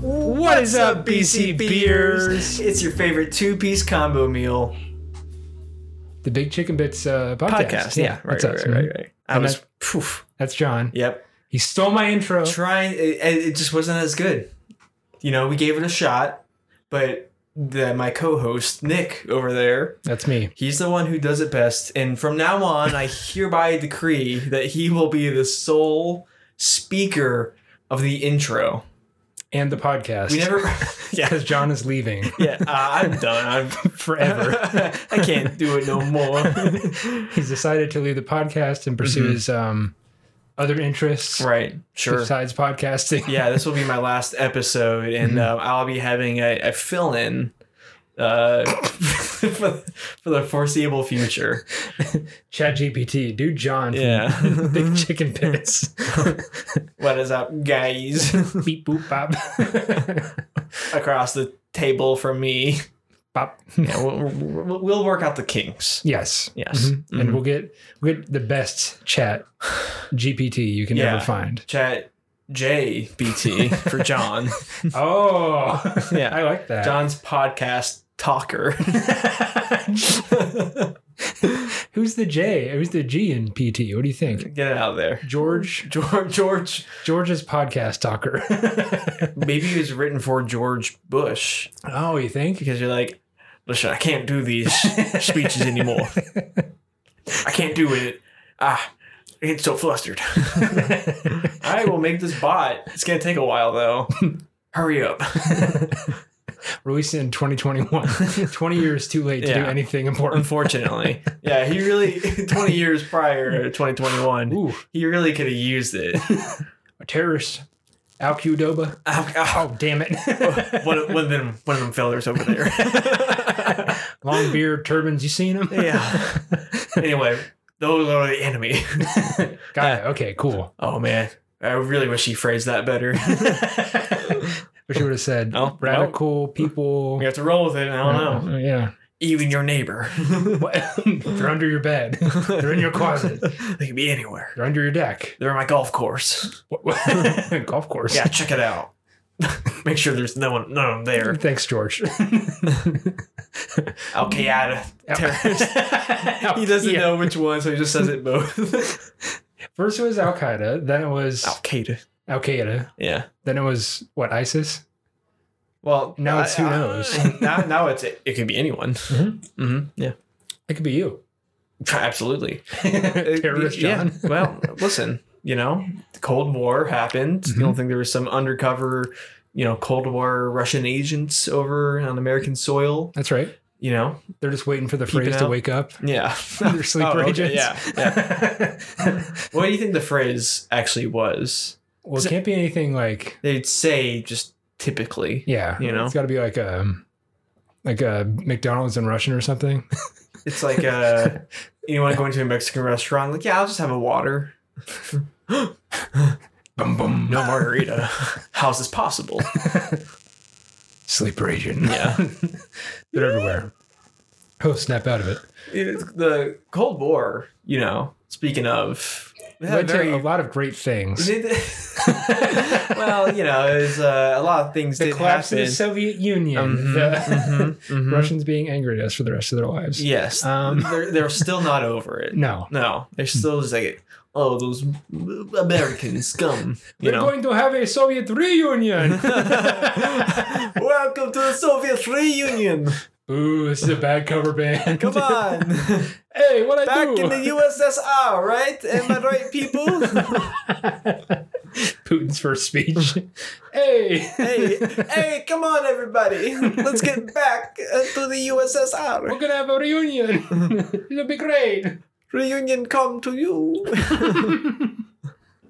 What is up, BC Beers? It's your favorite two piece combo meal The Big Chicken Bits uh, podcast. podcast. Yeah, right, that's right, us, right, right, mhm. right. I And was, that- poof. That's John. Yep. He stole my intro. Trying, it, it just wasn't as good. You know, we gave it a shot, but the, my co host, Nick, over there, That's me. He's the one who does it best. And from now on, I hereby decree that he will be the sole speaker of the intro. And the podcast. We never. yeah. Because John is leaving Yeah. Uh, I'm done. I'm. forever. I can't do it no more. He's decided to leave the podcast and pursue his um, other interests Mm-hmm. right. Sure. besides podcasting. Yeah. This will be my last episode, and uh, I'll be having a, a fill in uh, for, for the foreseeable future. Chat GPT, dude, John. from Yeah. Big Chicken Bits. what is up, guys? Beep boop bop. Across the table from me. bop. Yeah, we'll, we'll, we'll work out the kinks. Yes. Yes. Mm-hmm. Mhm. And we'll get we'll get the best chat GPT you can Yeah. ever find. Chat JBT for John. Oh, Yeah. I like that. John's podcast talker. Who's the J? Who's the G in PT? What do you think? Get it out of there. George George, George, George's podcast talker. maybe it was written for George Bush oh, you think? because you're like, listen, I can't do these speeches anymore. I can't do it. Ah, I get so flustered. I will make this bot. It's going to take a while though. Hurry up. Released in 2021. 20 years too late to do Yeah. anything important. Unfortunately. Yeah, he really, 20 years prior, 2021. Ooh, He really could have used it. a terrorist. Al Qdoba. Ow, Oh, damn it. ow. Ah, one, of- one of them, one of them fellers over there. Long beard, turbans. You seen him? yeah. Anyway, those are the enemy. Got it. Okay, cool. Oh man, I really wish he phrased that better. Wish you would have said Oh, well. radical people. we have to roll with it. I don't know. Uh, yeah. Even your neighbor. What? They're under your bed. They're in your closet. They could be anywhere. They're under your deck. They're on my golf course. What- what- Golf course. Yeah, check it out. Make sure there's no one, no one there. Thanks, George. Al Qaeda terrorist. Mm-hmm. he doesn't Yeah. know which one, so he just says it both. First it was Al Qaeda, then it was Al Qaeda. Al Qaeda, Yeah. then it was what ISIS. Well, Now it's who knows. now, now it's it, could be anyone. Mhm. Mm-hmm. Yeah, It could be you, absolutely. terrorist Yeah. John. well, listen, you know, the Cold War happened. Mm-hmm. You don't think there was some undercover, you know, Cold War Russian agents over on American soil? That's right. You know, They're just waiting for the Peeping phrase to out. wake up. yeah. They're sleeper Oh, okay, agents. yeah, what do you think the phrase actually was? well, it can't be anything like They'd say just typically. yeah. You know? it's got to be like um, like a McDonald's in Russian or something. It's like uh, you want to go into a Mexican restaurant? Like, yeah, I'll just have a water. Boom, boom. No margarita. How's this possible? Sleeper agent. Yeah. They're everywhere. Oh, snap out of it. It's the Cold War, you know, speaking of. they had Led to a very- lot of great things. well, you know, it was, uh, a lot of things The did collapse happen. of the Soviet Union. Mhm, the mhm, mhm. Russians being angry at us for the rest of their lives. Yes. Um. they're, they're still not over it. No. No. They're still just like, oh, those American scum. You We're know? going to have a Soviet reunion. Welcome to the Soviet reunion. Ooh, this is a bad cover band. Come on. hey, what I Back do? in the USSR, right? Am I right, people? Putin's first speech. hey. hey, hey, come on, everybody. Let's get back uh, to the We're USSR. gonna have a reunion. It'll be great. Reunion come to you.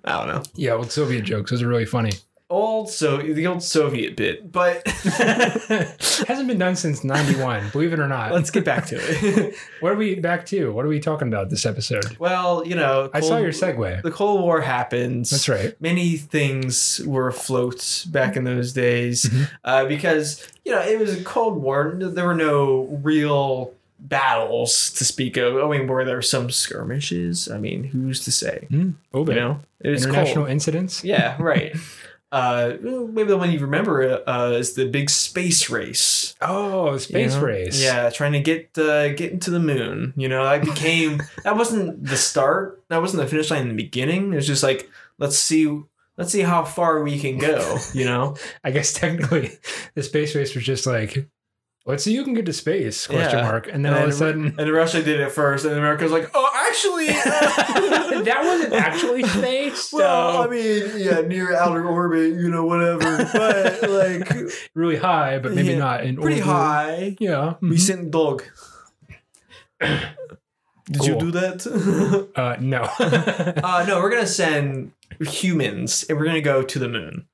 I don't know. Yeah, old Soviet jokes. Those are really funny. Old so the old Soviet bit, but Hasn't been done since '91. Believe it or not. let's get back to it. what are we back to? What are we talking about this episode? Well, you know, I saw Cold- your segue. The Cold War happens. That's right. Many things were afloat back in those days uh, because, you know, it was a Cold War. There were no real battles to speak of. I mean, were there some skirmishes? I mean, who's to say? Mm, You know, it was International cold. incidents. Yeah, right. uh, maybe the one you remember uh, is the big space race. Oh, you space know? race. Yeah, trying to get uh, get into the moon. You know, I became that wasn't the start. That wasn't the finish line in the beginning. It was just like let's see let's see how far we can go. You know, I guess technically the space race was just like, let's see who can get to space? Question Yeah. mark. And then And all of a then- sudden, and Russia did it first, and America was like, oh, actually, uh, that wasn't actually space. So Well, I mean, yeah, near outer orbit, you know, whatever, but like really high, but maybe Yeah, not. In pretty order. high. Mm-hmm. Yeah. We mhm. sent dog. Did you Cool. do that? Uh, no. Uh, no, we're gonna send humans, and we're gonna go to the moon.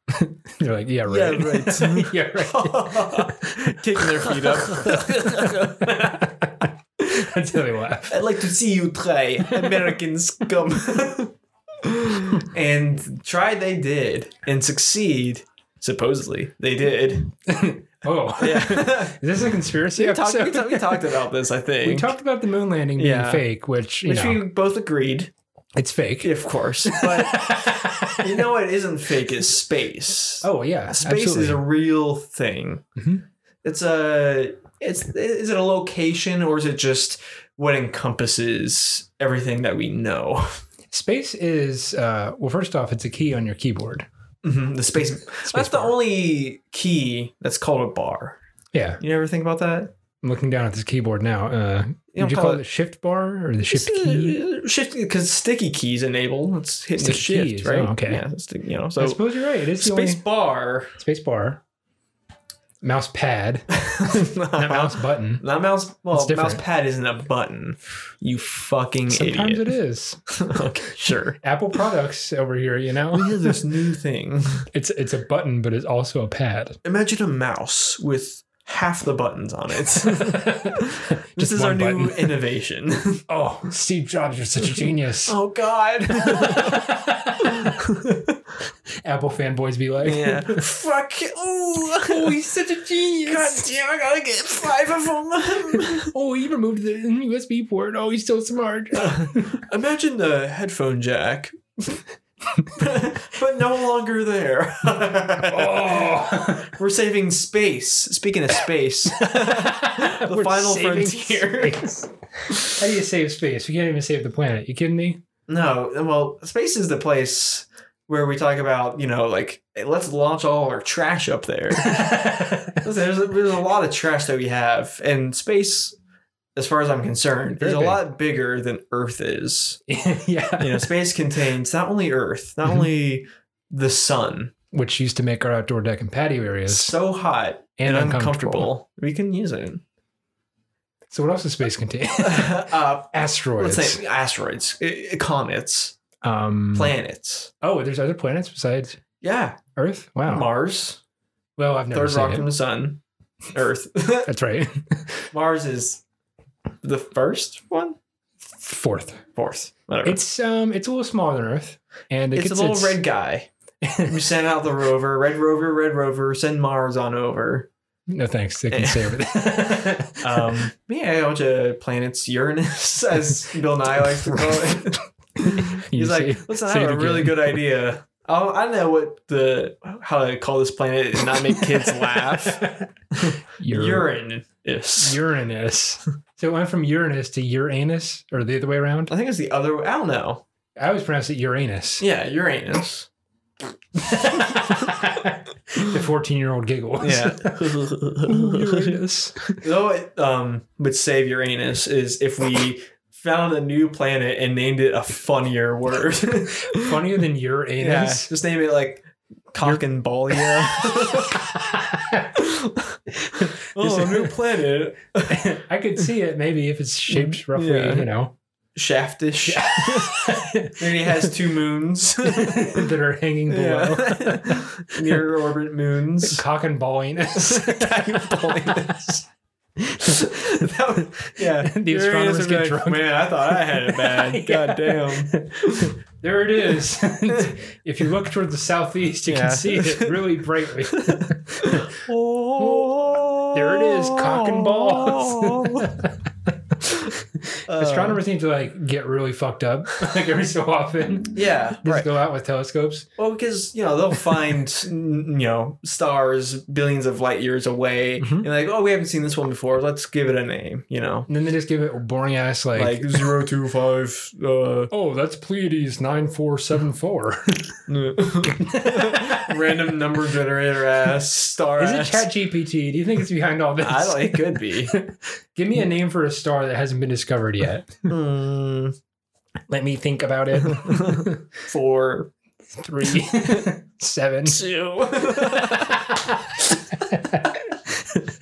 You're like, yeah, right. right. yeah, right. Kicking their feet up. That's how they laugh. I'd like to see you try, Americans come. and try they did, and succeed. Supposedly they did. Oh, Yeah, is this a conspiracy we, talked, episode? we, talked, we talked about this. I think We talked about the moon landing being Yeah. fake, which you which know, we both agreed, it's fake. of course. But you know what isn't fake is space. oh yeah, space is a real thing. Mhm. It's a it's is it a location or is it just what encompasses everything that we know? space is uh, well. First off, it's a key on your keyboard. Mhm, The space. Mm-hmm. that's the only key that's called a bar. Yeah, You ever think about that? I'm looking down at this keyboard now. Uh, You would you call it the shift bar or the shift uh, key? Shift because sticky keys enable. It's hitting Sticky shift, keys, right? oh, okay. Yeah. it's the- you know, I so suppose you're right. It is the space only bar. space bar, mouse pad, not mouse button. Not mouse. Well, mouse different. pad isn't a button. You fucking Sometimes idiot. it is okay, sure. Apple products over here. You know, We have this new thing. it's it's a button, but it's also a pad. Imagine a mouse with half the buttons on it. this Just is our one new button. innovation. Oh, Steve Jobs, you're such a genius. oh God. Apple fanboys be like, yeah. Fuck. Ooh. Oh, he's such a genius. God damn! I gotta get five of oh, he removed the USB port. Oh, he's so smart. them. Imagine the headphone jack, but no longer there. oh, We're saving space. Speaking of space, the the final frontier. How do you save space? We can't even save the planet. You kidding me? No, well, space is the place where we talk about, you know, like hey, let's launch all our trash up there. Listen, there's a, there's a lot of trash that we have, and space, as far as I'm concerned, Very is a big. lot bigger than Earth is. yeah. You know, space contains not only Earth, not Mhm. only the sun, Which used to make our outdoor deck and patio it's areas so hot and, and, uncomfortable. uncomfortable. We can use it. So what else does space contain? uh, let's Asteroids. say asteroids, i- i- comets, um, planets. Oh, there's other planets besides Yeah, Earth. Wow. Mars, well, I've Oh. never third rock seen from it. the sun, Earth. That's right. Mars is the first one, Fourth. fourth, whatever. It's um, it's a little smaller than Earth, and it It's gets a little red guy. we sent out the rover, red rover, red rover, send Mars on over. No thanks. They can save it. Um, yeah, a bunch of planets, Uranus, as Bill Nye likes to call it. You He's say- like, listen, I say have it a really again." good idea. I'll, I know what the how to call this planet and not make kids laugh. Ur- Uranus. Uranus. So it went from Uranus to Uranus, or the other way around. I think it's the other. I don't know. I always pronounce it Uranus. Yeah, Uranus. the fourteen-year-old giggles. Yeah. Ooh, Uranus. Though it um, would save Uranus is if we found a new planet and named it a funnier word. Funnier than yeah, Uranus. just name it like cock and ball. Yeah. oh, a new planet. I could see it maybe if it's shaped roughly, Yeah. you know, Shaftish. Maybe it has two moons. that are hanging below. Yeah. Near orbit moons. Cock and ball anus. Cock and ball anus. That would- yeah, The Uranus astronomers would be get drunk. Man, I thought I had it bad. Yeah. God damn. There it is. if you look toward the southeast, you Yeah. can see it really brightly. Oh, There it is, cock and balls. Um, Astronomers Uh. need to like get really fucked up like every so often. Just Yeah, right. go out with telescopes. Well, because you know they'll find n- you know stars billions of light years away, Mhm. and like, oh, we haven't seen this one before. Let's give it a name. You know, And then they just give it boring ass like, like zero two five. Uh, oh, that's Pleiades nine four seven four. random number generator ass star. Is it ass. ChatGPT? Do you think it's behind all this? I don't. It could be. Give me a name for a star that hasn't been discovered yet. Hmm, Let me think about it. Four, Three, seven. two.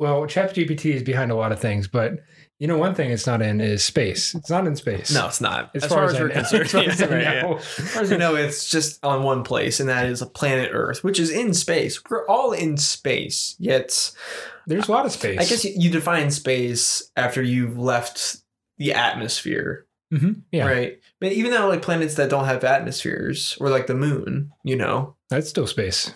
Well, ChatGPT is behind a lot of things, but you know, one thing it's not in is space. It's not in space. no, it's not. as, far, as, we're I know- concerned, as far as I Yeah, right, yeah. know. As far as we know, it's just on one place, and that is planet Earth, which is in space. We're all in space, yet There's a lot of space. I guess you, you define space after you've left the atmosphere, Mhm. Yeah, right? But even though like planets that don't have atmospheres, or like the moon, you know, that's still space.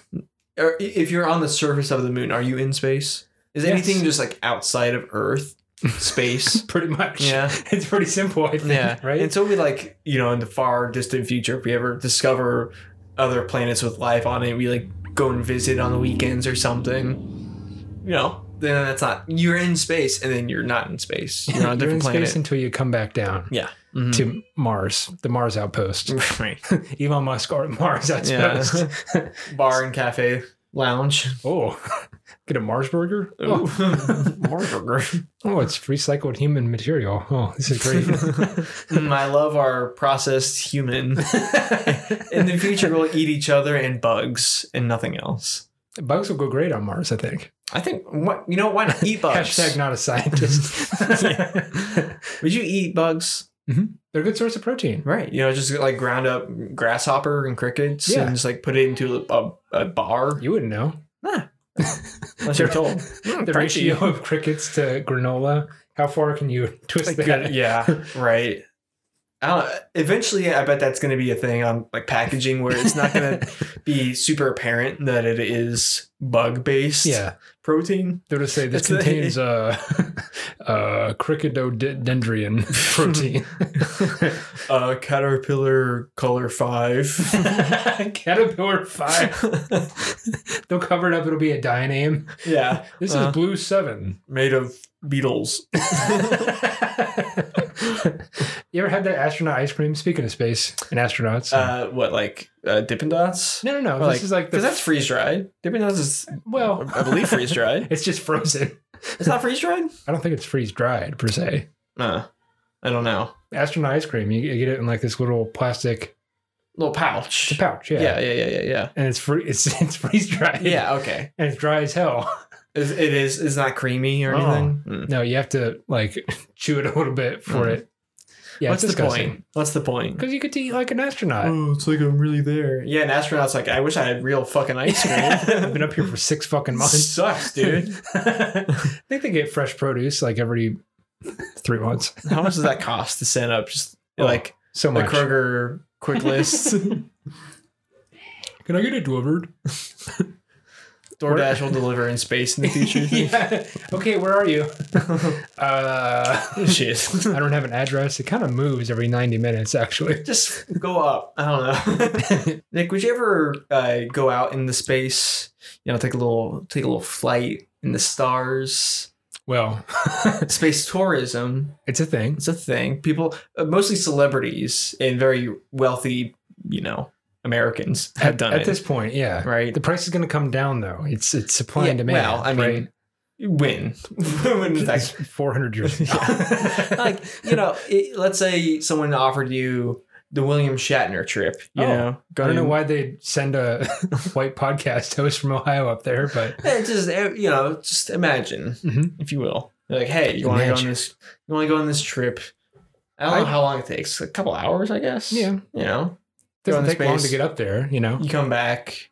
or i- if you're on the surface of the moon, are you in space? Is Yes. anything just like outside of Earth, space? Pretty much. yeah. It's pretty simple, I think. Yeah. Right? Until we like, you know, in the far distant future, if we ever discover other planets with life on it, we like go and visit on the weekends or something. You know, then that's not you're in space, and then you're not in space. You're on a You're in different planet. space until you come back down yeah. Mhm. to Mars, the Mars outpost. right. Elon Musk or Mars outpost. Bar and cafe lounge. Oh, get a Mars burger? Ooh. Oh. Mars burger. oh, it's recycled human material. Oh, this is great. Mm, I love our processed human. In the future, we'll eat each other and bugs and nothing else. Bugs will go great on Mars, I think. I think what you know. Why not eat bugs? Hashtag not a scientist. Would you eat bugs? They're a good source of protein. Right. You know, just like ground up grasshopper and crickets Yeah. and just like put it into a, a, a bar. You wouldn't know. Unless you're told. Mm, The protein. ratio of crickets to granola. How far can you twist Like, that? good- yeah. Right. I don't, eventually, I bet that's going to be a thing on like packaging where it's not going to be super apparent that it is bug based Yeah. protein. They'll just say this It's a- contains uh, uh, cricododendrian protein. Uh, caterpillar color five. Caterpillar 5. They'll cover it up. It'll be a dye name. yeah. This Uh. is Blue 7. Made of beetles. you ever had that astronaut ice cream? Speaking of space and astronauts. Uh, what like uh, Dippin' Dots? no, no, no. or This like- is like the. Because that's freeze dried. Dippin' Dots is, well, I believe, freeze dried. It's just frozen. It's not freeze dried. I don't think it's freeze dried per se. Uh, I don't know. Astronaut ice cream, you, you get it in like this little plastic Little pouch. pouch, yeah, Yeah, yeah, yeah, yeah, yeah. and it's free. It's it's freeze dried, Yeah. Okay. and it's dry as hell. Is, it is. It's not creamy or Oh. anything. Mm. No, you have to like chew it a little bit for Mhm. it. Yeah, What's it's the point? What's the point? Because you could eat like an astronaut. Oh, it's like I'm really there. Yeah, an astronaut's like, I wish I had real fucking ice I've cream. been up here for six fucking months, sucks, dude. I think they get fresh produce like every three months. How much does that cost to send up? Just Oh, like So the much. Kroger quick list. Can I get it delivered? DoorDash will deliver in space in the future. yeah. Okay, where are you? uh, Shit. I don't have an address. It kind of moves every 90 minutes, actually. Just go up. I don't know. Nick, would you ever uh, go out in the space? You know, take a little take a little flight in the stars. Well, Space tourism. it's a thing. It's a thing. People, uh, mostly celebrities and very wealthy, you know, Americans have at, done at it. this point, yeah. right. The price is going to come down, though. It's it's supply Yeah, and demand. well, I mean, When? when is right? that It's 400 years. from now. like you know, it, let's say someone offered you the William Shatner trip. You Oh, know, I don't know going- why they'd send a white podcast host from Ohio up there, but Eh, It's just eh, you know, just imagine, Mhm. if you will. You're like, hey, you want to go on Imagine. this? You want to go on this trip? I don't know I- how long it takes. A couple hours, I guess. yeah, You know, Go doesn't into take long space. to get up there, you know. you come back,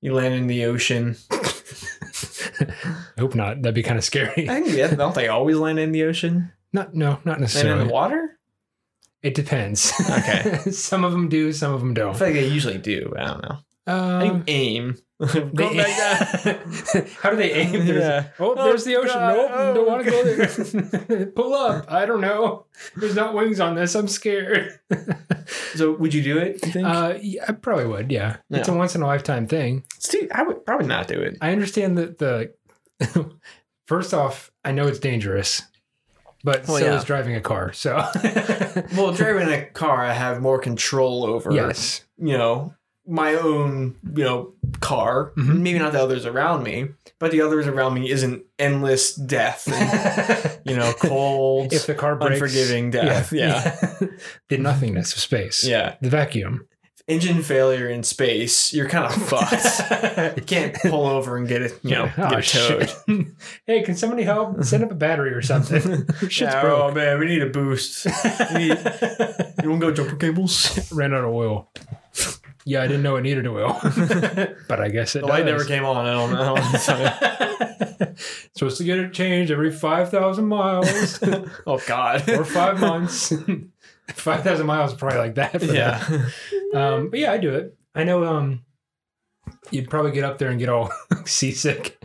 you land in the ocean. I hope not. That'd be kind of scary. I think yeah, don't they always land in the ocean? Not no, not Land in necessarily. the water? It depends. Okay. some of them do, some of them I don't. feel like they usually do. but I don't know. I Um, think aim. Go back down. How do they aim? There's, Yeah. Oh, there's the ocean. God. Nope, Oh, don't want to go there. Pull up. I don't know. There's not wings on this. I'm scared. So would you do it? You think? Uh, yeah, I probably would. Yeah. it's a once in a lifetime thing. Steve, I would probably not do it. I understand that the first off, I know it's dangerous, but Well, so yeah. is driving a car. So Well, driving a car, I have more control over. yes, you know my own you know car Mhm. maybe not the others around me but the others around me isn't endless death and, if you know cold the car breaks, unforgiving death yeah the nothingness of space. yeah, the vacuum. engine failure in space you're kind of fucked you can't pull over and get it you know Oh, get towed shit. hey, can somebody help set up a battery or something? Shit's Yeah, broke. oh man we need a boost we need, you want to go jumper cables Ran out of oil. Yeah, I didn't know it needed oil, but I guess it the does. light never came on i don't know Supposed to get it changed every five thousand miles oh god or five months. five thousand miles is probably like that. For yeah That. Um, but yeah, I do it. I know. Um, you'd probably get up there and get all seasick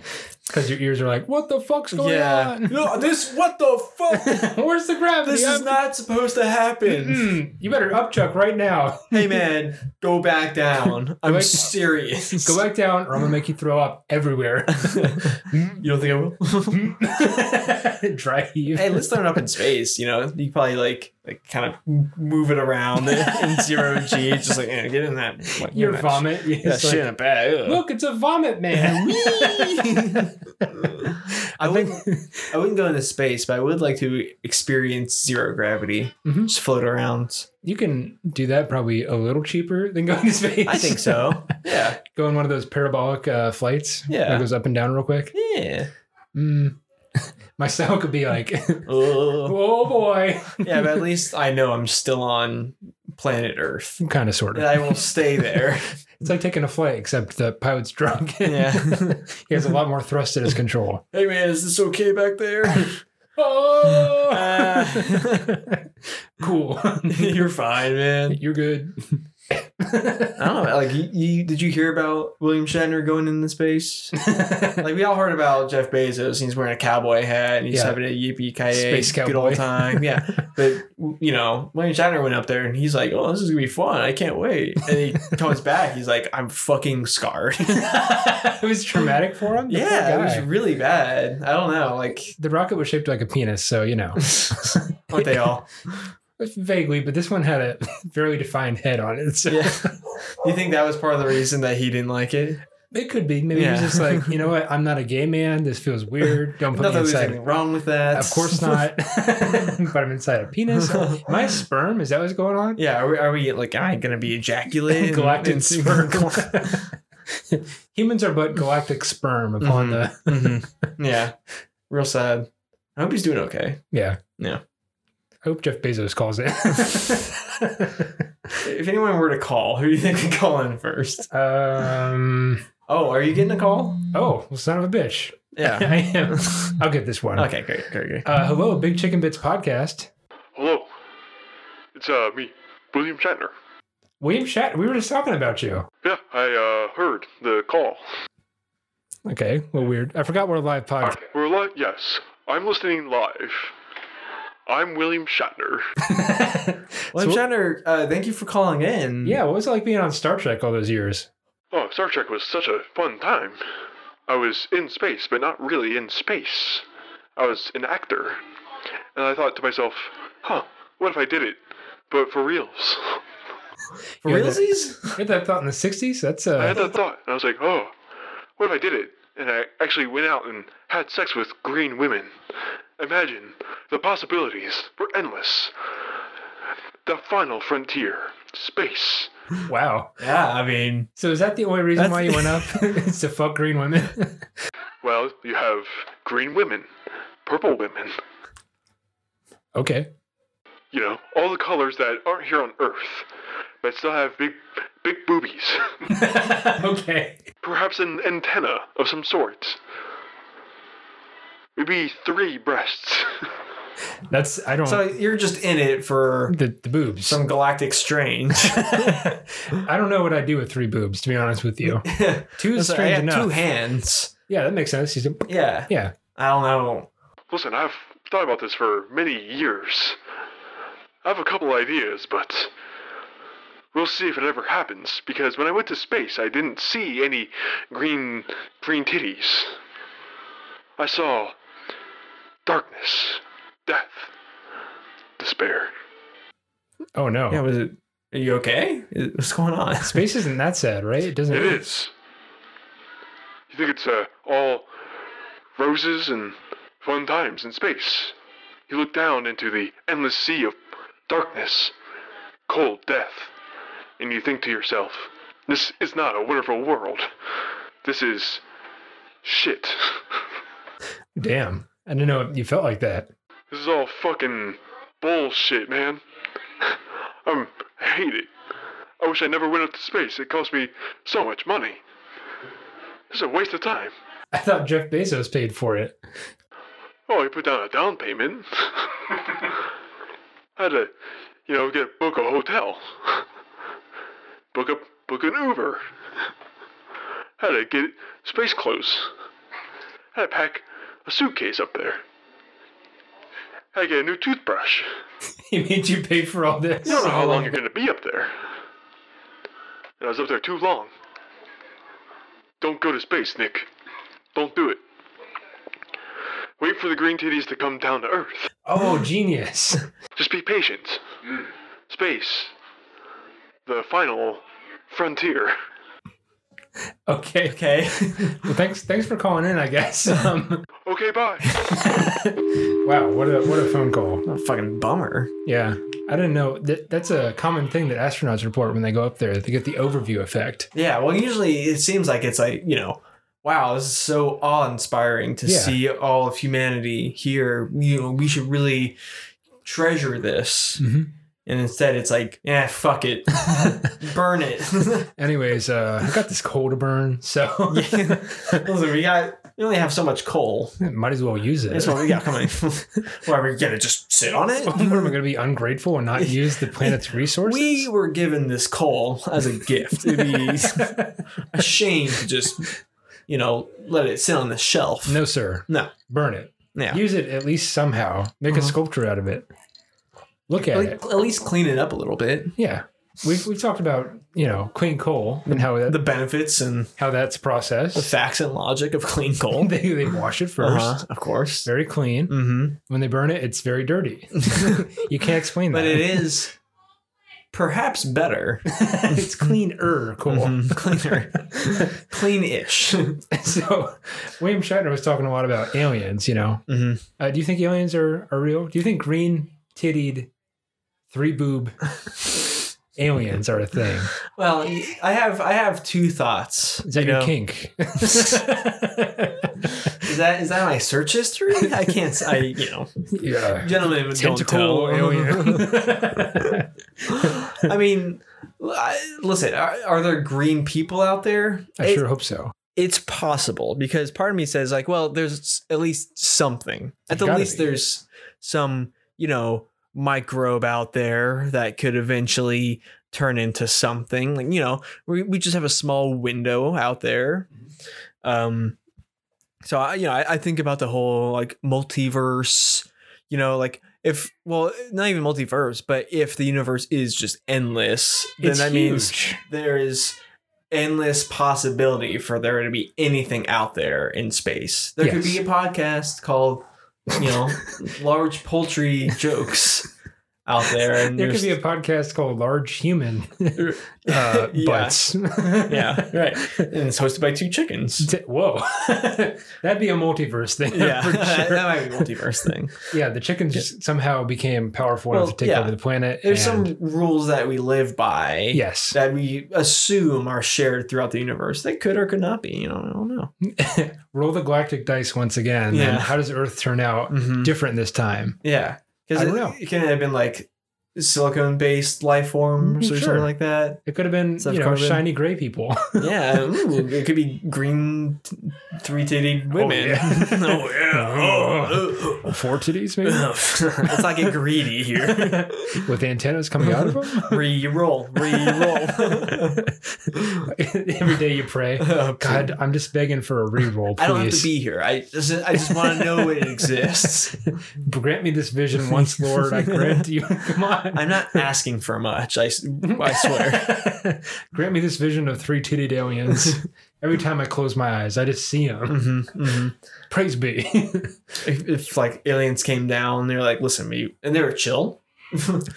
because your ears are like, "What the fuck's going yeah no this what the fuck on? Where's the gravity? This is I'm- not supposed to happen. Mm, you better upchuck right now. hey man, go back down. I'm back- serious. Go back down, or I'm gonna make you throw up everywhere. You don't think I will? Dry heave. hey, let's throw it up in space. You know, you probably like like kind of move it around in zero g. It's Just like eh, get in that. Like, Your in that vomit. sh- That It's shit like, in a bag. ugh. Look, it's a vomit man. I wouldn't. I wouldn't go into space, but I would like to experience zero gravity. Mhm. Just float around. You can do that probably a little cheaper than going to space. I think so. yeah. Go on one of those parabolic uh, flights. Yeah. That goes up and down real quick. Yeah. Mm. My style could be like, Ugh. oh boy. yeah, but at least I know I'm still on planet Earth. Kind of, sort That of. I will stay there. It's like taking a flight, except the pilot's drunk. Yeah. he has a lot more thrust at his control. hey man, is this okay back there? Oh, Uh. cool. You're fine, man. You're good. I don't know. Like, you, you, did you hear about William Shatner going into space? like, we all heard about Jeff Bezos. He's wearing a cowboy hat and he's Yeah. having a yippee ki Space good cowboy. old time. Yeah, but you know, William Shatner went up there and he's like, "Oh, this is gonna be fun. I can't wait." And he comes back. He's like, "I'm fucking scarred." it was traumatic for him. The poor yeah, it was guy. really bad. I don't know. Like, the rocket was shaped like a penis, so you know, aren't they all? vaguely. But this one had a fairly defined head on it, so Yeah. You think that was part of the reason that he didn't like it? it could be. Maybe he was Yeah. just like, you know what? I'm not a gay man. This feels weird. Don't put Not that me there's inside. anything wrong with that. Of course not. but I'm inside a penis. Am I sperm? Is that what's going on? Yeah, are we, are we like, am I going to be ejaculated? Galactic in- sperm. Humans are but galactic sperm upon Mhm. the Mhm. Yeah, real sad. I hope he's doing okay. Yeah. Yeah. I hope Jeff Bezos calls it. If anyone were to call, who do you think would call in first? um, Oh, are you getting a call? oh, well, son of a bitch. Yeah. I am. I'll get this one. okay, great, great, great. Uh, hello, Big Chicken Bits podcast. Hello. It's uh me, William Shatner. William Shat, we were just talking about you. Yeah, I uh heard the call. Okay, well, weird. I forgot we're a live podcast. We're live. Yes, I'm listening live. I'm William Shatner. William so- Shatner, uh, thank you for calling in. Yeah, what was it like being on Star Trek all those years? Oh, Star Trek was such a fun time. I was in space, but not really in space. I was an actor, and I thought to myself, "Huh, what if I did it, but for reals?" For Yeah, realsies? You had that thought in the 60s? That's uh, I had that thought, and I was like, "Oh, what if I did it?" And I actually went out and had sex with green women. Imagine the possibilities were endless. The final frontier, space. wow. Yeah, I mean, So is that the only reason That's- why you went up? It's to fuck green women? Well, you have green women, purple women. okay. You know, all the colors that aren't here on Earth, but still have big, big boobies. okay. Perhaps an antenna of some sort. Maybe three breasts. That's I don't So you're just in it for the, the boobs. some galactic strange. I don't know what I'd do with three boobs, to be honest with you. Two's It's like, I strange had enough. two hands. yeah, that makes sense. He's a, Yeah. yeah. I don't know. Listen, I've thought about this for many years. I have a couple ideas, but we'll see if it ever happens. Because when I went to space, I didn't see any green green titties. I saw darkness, death, despair. Oh no. Yeah, was it? Are you okay? Is- What's going on? Space isn't that sad, right? It doesn't. It is. You think it's uh, all roses and fun times in space. You look down into the endless sea of darkness, cold death, and you think to yourself, this is not a wonderful world. This is shit. Damn. I didn't know you felt like that. This is all fucking bullshit, man. I'm, I hate it. I wish I never went up to space. It cost me so much money. This is a waste of time. I thought Jeff Bezos paid for it. Oh, he put down a down payment. Had to, you know, get book a hotel, book a book an Uber. Had to get space clothes. Had to pack a suitcase up there. Had to get a new toothbrush. He made you pay for all this. You don't know how long you're gonna be up there. And I was up there too long. Don't go to space, Nick. Don't do it. Wait for the green titties to come down to Earth. Oh, genius. Just be patient. Space. The final frontier. Okay. Okay. Well, thanks. Thanks for calling in. I guess. Um, Okay, bye. wow. What a what a phone call. What a fucking bummer. Yeah. I didn't know that. That's a common thing that astronauts report when they go up there. They get the overview effect. Yeah, well, usually it seems like it's like, you know, wow, this is so awe inspiring to Yeah. see all of humanity here. You know, we should really treasure this. Mhm. And instead, it's like, yeah, fuck it, burn it. Anyways, uh, I got this coal to burn, so Listen, we got we only have so much coal. might as well use it. That's what we got coming. Why are we gonna just sit on it? what am I going to be ungrateful and not use the planet's resources? We were given this coal as a gift. It'd be a shame to just, you know, let it sit on the shelf. no, sir. No. Burn it. Yeah. Use it at least somehow. Make a Mhm. sculpture out of it. Look at Like, it. at least clean it up a little bit. Yeah. We've, we've talked about, you know, Queen Coal and how that, The benefits and how that's the processed. facts and logic of clean coal. They, they wash it 1st Uh-huh, of course. Very clean. Mm-hmm. When they burn it, it's very dirty. you can't explain But that. it is perhaps better. it's cleaner coal. Mhm, Cleaner. Clean-ish. So, William Shatner was talking a lot about aliens. You know, hmm uh, do you think aliens are are real? Do you think green tittied, three boob Mm-hmm. aliens are a thing? Well, I have I have two thoughts. Is that you your know. kink? Is that is that my search history? I can't. s- I you know, yeah. gentlemen don't Tentacle tell. alien. I mean, I, listen. Are, are there green people out there? I It- sure hope so. it's possible because part of me says like well there's at least something at the Gotta least be. there's some you know microbe out there that could eventually turn into something like you know we, we just have a small window out there Mm-hmm. um so i you know I, I think about the whole like multiverse you know like if well not even multiverse but if the universe is just endless then It's that means huge. there is endless possibility for there to be anything out there in space. There could be Yes. a podcast called, you know, large poultry jokes out there, and There you're could be a podcast called Large Human uh, Yeah. Butts. yeah, right, and it's hosted by two chickens. Whoa. That'd be a multiverse thing. Yeah, for that, sure. that might be a multiverse thing. Yeah, the chickens just somehow became powerful Well, enough to take yeah. over the planet. There's some and- rules that we live by. yes, That we assume are shared throughout the universe. They could or could not be. You know, I don't know. roll the galactic dice once again. Yeah. And how does Earth turn out Mhm. different this time? Yeah, because I it, don't know. it can have been like silicone based life forms Mm, or sure. something like that. It could have been, So you know, carbon- shiny gray people. Yeah, mm, it could be green, three titted women. yeah. Oh, yeah. Oh, Four titties, maybe, oh. Let's not get greedy here. with antennas coming out of them. Reroll, reroll. Every day you pray. God, I'm just begging for a re-roll, Oh, please. I don't have to be here. I just, I just want to know it exists. grant me this vision once, Lord. I grant you. Come on. I'm not asking for much. I, s- I swear. grant me this vision of three titted aliens. Every time I close my eyes, I just see them. hmm mm-hmm. hmm Praise be. If, if like aliens came down, they're like, "Listen, me," and they were chill.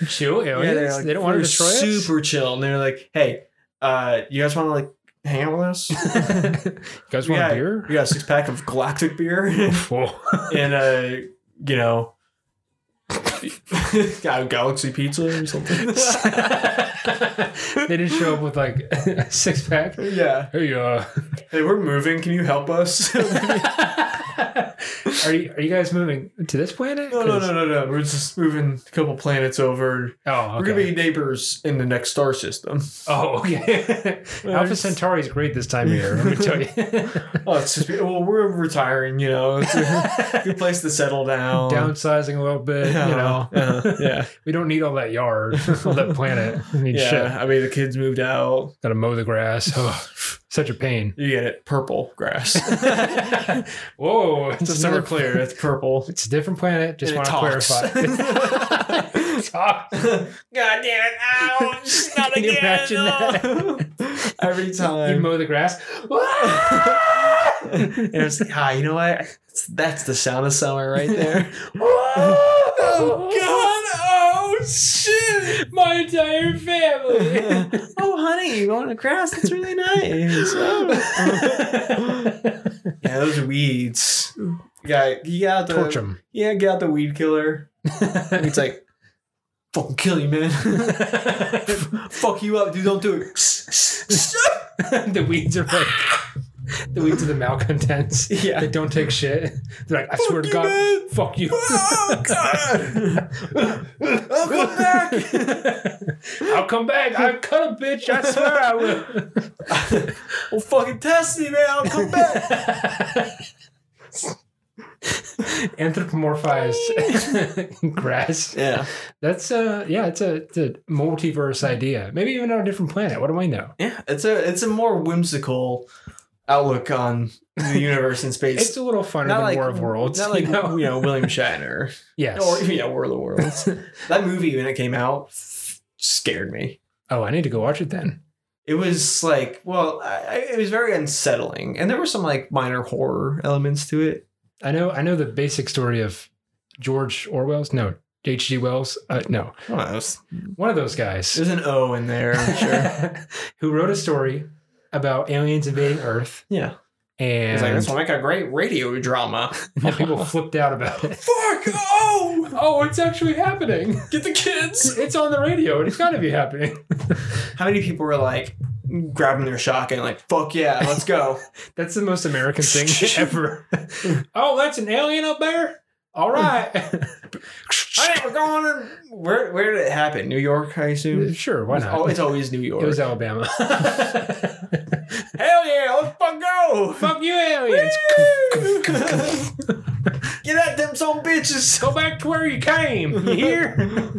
Chill aliens. they're like- Oh, they don't want to they're destroy Super chill, and they're like, "Hey, uh, you guys want to like hang out with us? us. you guys want Yeah. a beer? we got a six pack of galactic beer, Whoa. and uh, you know." Got a galaxy pizza or something. they didn't show up with like a six pack. yeah. Hey, uh, Hey, we're moving. Can you help us? are you are you guys moving to this planet? No, no, no, no, no. We're just moving a couple planets over. Oh, We're okay. gonna be neighbors in the next star system. oh, okay. Alpha it's- Centauri's great this time of year. Let me tell you. Oh, it's just well, we're retiring. You know, it's a good place to settle down. Downsizing a little bit, you know. Uh, yeah, We don't need all that yard, all that planet. I mean, yeah. shit. I mean, the kids moved out. Gotta mow the grass. Ugh, such a pain. You get it, purple grass. Whoa, it's, it's it's never another clear. It's purple. It's a different planet. Just And want it to clarify. God Talks. damn it! Ouch! Oh. Not Can you again! imagine that? Every You time. mow the grass. And it's like, ah, you know what? It's- That's the sound of summer right there. Oh shit! My entire family. oh, honey, you want to grass? That's really nice. Oh. yeah, those weeds. Yeah, you got the Torch them. yeah, get out the weed killer. It's like, fucking kill you, man. Fuck you up, dude. Don't do it. the weeds are like the weeds are the malcontents. Yeah. They don't take shit. They're like, I swear to you, God, man. fuck you. oh God! I'll come back. I'll come back. I cut a bitch. I swear I will. Well, fucking test me, man. I'll come back. Anthropomorphized grass. Yeah, That's uh yeah, it's a, it's a multiverse idea. Maybe even on a different planet. What do I know? yeah. It's a it's a more whimsical outlook on the universe and space. It's a little funner than War of Worlds. Not like you know? William Shatner. Yes. Or yeah, War of the Worlds. that movie when it came out scared me. oh, I need to go watch it then. It was like, well, I, I- it was very unsettling, and there were some like minor horror elements to it. I know I know the basic story of George Orwell's no H.G. Wells uh, no I don't know, there's- one of those guys there's an O in there. I'm sure. who wrote a story about aliens invading Earth yeah, and it's like this will make a great radio drama. and people flipped out about it. Fuck! Oh, Oh, it's actually happening! get the kids. It's on the radio. It's got to be happening. How many people were like grabbing their shotgun, like "fuck yeah, let's go"? That's the most American thing ever. oh, that's an alien up there. All right. Hey, we're going. in- Where where did it happen? New York, I assume. sure. Why Oh, not? it's always New York. It was Alabama. Hell yeah, let's fuck go! Fuck you, aliens. Get at them some bitches! Go back to where you came. You hear?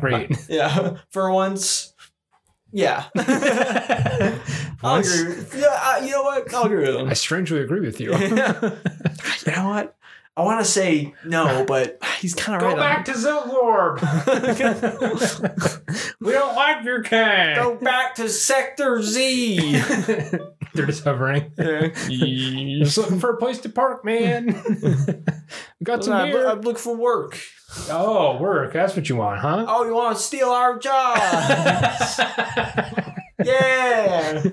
Great. Yeah, for once, yeah. I'll Once- agree. with- Yeah, I, you know what? I'll agree with them. I strangely agree with you. you know what? I want to say no, but he's kind of Go right. back to Zilorb. We don't like your kind. Go back to Sector Z. They're just hovering. Just looking for a place to park, man. We got some I, beer. look for work. Oh, work. That's what you want, huh? Oh, you want to steal our job? yeah.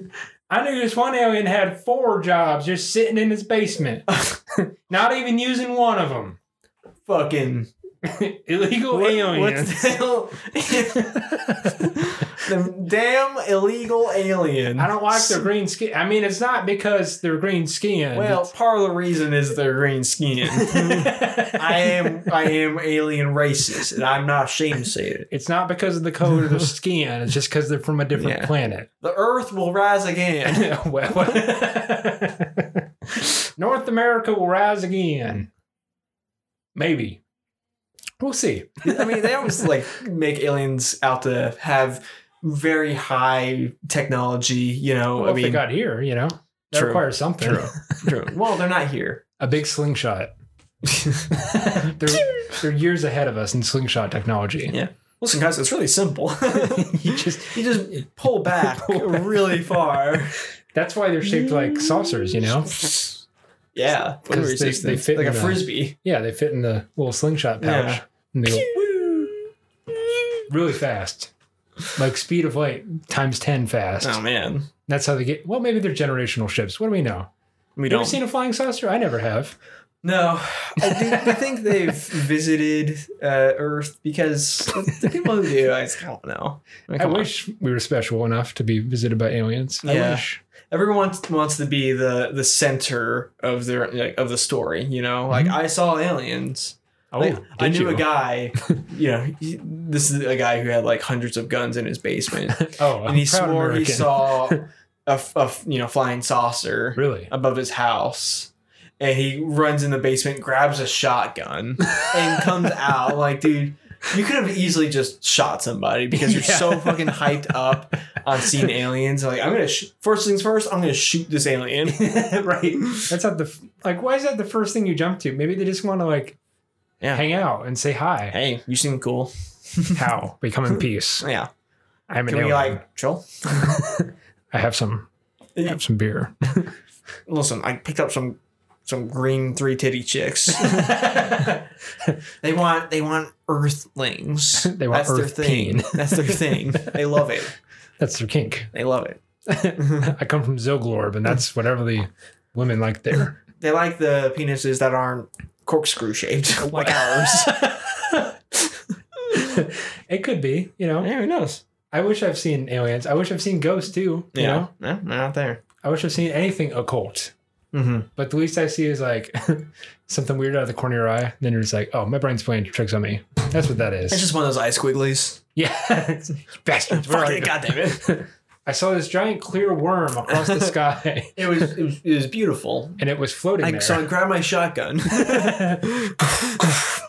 I knew this one alien had four jobs just sitting in his basement, not even using one of them. Fucking Illegal What- aliens. What's the damn illegal alien? I don't like their green skin. I mean, it's not because they're green skin. Well, part of the reason is their green skin. I I am I am alien racist, and I'm not ashamed to say it. It's not because of the color of their skin. It's just because they're from a different Yeah. planet. The Earth will rise again. well, North America will rise again. Maybe. We'll see. I mean, they always like make aliens out to have very high technology. You know, Well, I if they mean, got here, you know, that True. requires something. True. true. Well, they're not here. A big slingshot. they're, they're years ahead of us in slingshot technology. Yeah. Listen, guys, it's really simple. you just you just pull back Pull back. really far. that's why they're shaped like saucers, you know? Yeah, Because they- they fit like a in a- frisbee. Yeah, they fit in the little slingshot pouch. Yeah. And they go really fast. Like speed of light times 10 fast. Oh man, That's how they get. Well, maybe they're generational ships. What do we know? we You ever don't. seen a flying saucer? I never have. no, I, do, I think they've visited uh, Earth because the people who do, I just don't know. mean, I come on. wish we were special enough to be visited by aliens. I Yeah. wish. everyone wants, wants to be the the center of their like, of the story. You know, like Mhm. I saw aliens. Oh, Like, I did knew you? a guy, you know, he- this is a guy who had like hundreds of guns in his basement, Oh, I'm and he proud swore American. he saw a, f- a f- you know flying saucer Really? above his house, and he runs in the basement, grabs a shotgun, and comes out like, dude. You could have easily just shot somebody because you're Yeah. so fucking hyped up on seeing aliens. Like, I'm gonna sh- first things first. I'm gonna shoot this alien. right. That's not the f- like. Why is that the first thing you jump to? Maybe they just want to like Yeah. hang out and say hi. Hey, you seem cool. How we come in peace. Yeah. I'm an Can we alien. like chill? I have some. I have some beer. listen, I picked up some some green three titty chicks. they want they want earthlings. They want That's their earth thing. peen. That's their thing. They love it. That's their kink. They love it. I come from Zoglorb, and that's whatever the women like there. They like the penises that aren't corkscrew shaped like ours. It could be, you know. Yeah, who knows? I wish I've seen aliens. I wish I've seen ghosts too. You yeah. know, No, they're not there. I wish I've seen anything occult. Mm-hmm. But the least I see is like something weird out of the corner of your eye. Then you're just like, oh, my brain's playing tricks on me. That's what that is. It's just one of those eye squigglies. yeah, bastards. where Fuck are it, you? goddamn it. I saw this giant clear worm across the sky, It was it was, it was beautiful. and it was floating I, there. so I grabbed my shotgun.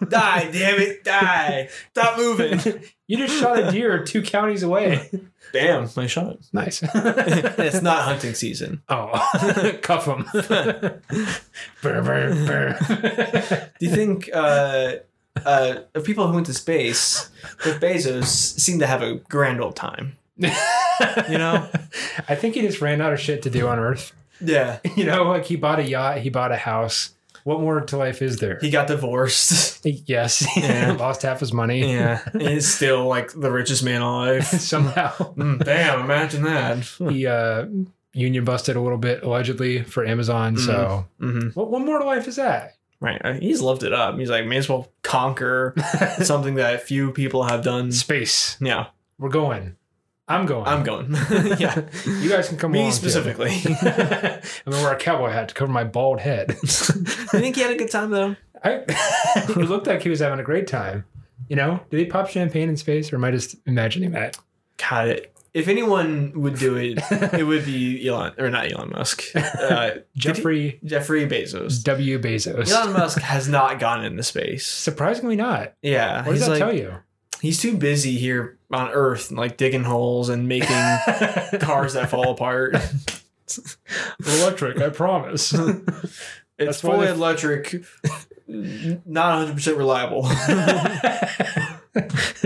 die, damn it, die. Stop moving. you just shot a deer two counties away. Damn, my shot. nice. it's not hunting season. oh, cuff him. burr, burr, burr. Do you think uh, uh, of people who went to space, Jeff Bezos seemed to have a grand old time? You know? I think he just ran out of shit to do on Earth. yeah. You know, like he bought a yacht, he bought a house. What more to life is there? He got divorced. yes, Yeah. lost half his money Yeah. He's still like the richest man alive. somehow. Mm, damn, imagine that. he uh, union busted a little bit allegedly for Amazon. So, Mm-hmm. what, what more to life is that? Right. I- He's loved it up. He's like, may as well conquer something that few people have done. Space. Yeah. We're going. I'm going. Mm. I'm going. yeah. You guys can come Me along. too. specifically. I'm gonna wear a cowboy hat to cover my bald head. you think he had a good time though? I, it looked like he was having a great time. You know, did they pop champagne in space, or am I just imagining that? God, it, if anyone would do it, it would be Elon or not Elon Musk, uh, Jeffrey Jeffrey Bezos. W. Bezos. Elon Musk has not gone into space. Surprisingly not. Yeah, What he's does that like tell you? he's too busy here on Earth, like digging holes and making cars that fall apart. Electric, I promise. It's That's why fully they- electric, not 100 percent reliable. the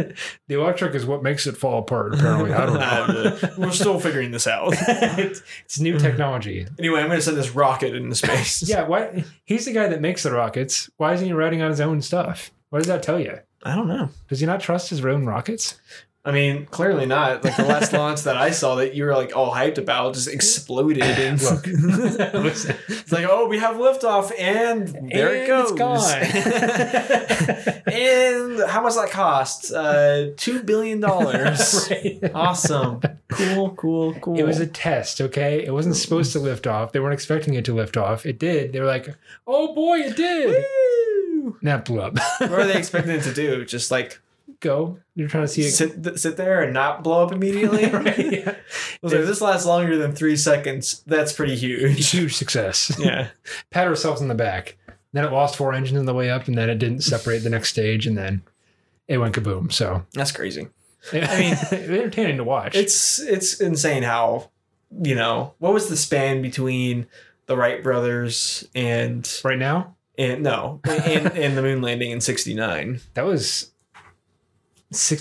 electric is what makes it fall apart, apparently. I don't know. Uh, We're still figuring this out. it's, it's new technology. Anyway, I'm going to send this rocket into space. Yeah, why he's the guy that makes the rockets. Why isn't he writing on his own stuff? What does that tell you? I don't know. Does he not trust his own rockets? I mean, clearly not. Like the last launch that I saw that you were like all hyped about just exploded. And Look. it's like, oh, we have liftoff, and there it And goes. it's gone. and how much that costs? Uh, Two billion dollars. Right. Awesome. Cool. Cool. Cool. It was a test, okay? It wasn't supposed to lift off. They weren't expecting it to lift off. It did. They were like, oh boy, it did. Woo! And that blew up. What are they expecting it to do? Just like Go. You're trying to see it. sit th- sit there and not blow up immediately? Right? Yeah. I was like, this lasts longer than three seconds. That's pretty huge. Huge success. Yeah. Pat ourselves on the back. Then it lost four engines on the way up, and then it didn't separate the next stage, and then it went kaboom. So, That's crazy. I mean, entertaining to watch. It's it's insane how you know what was the span between the Wright brothers and right now, and no and, and the moon landing in '69. that was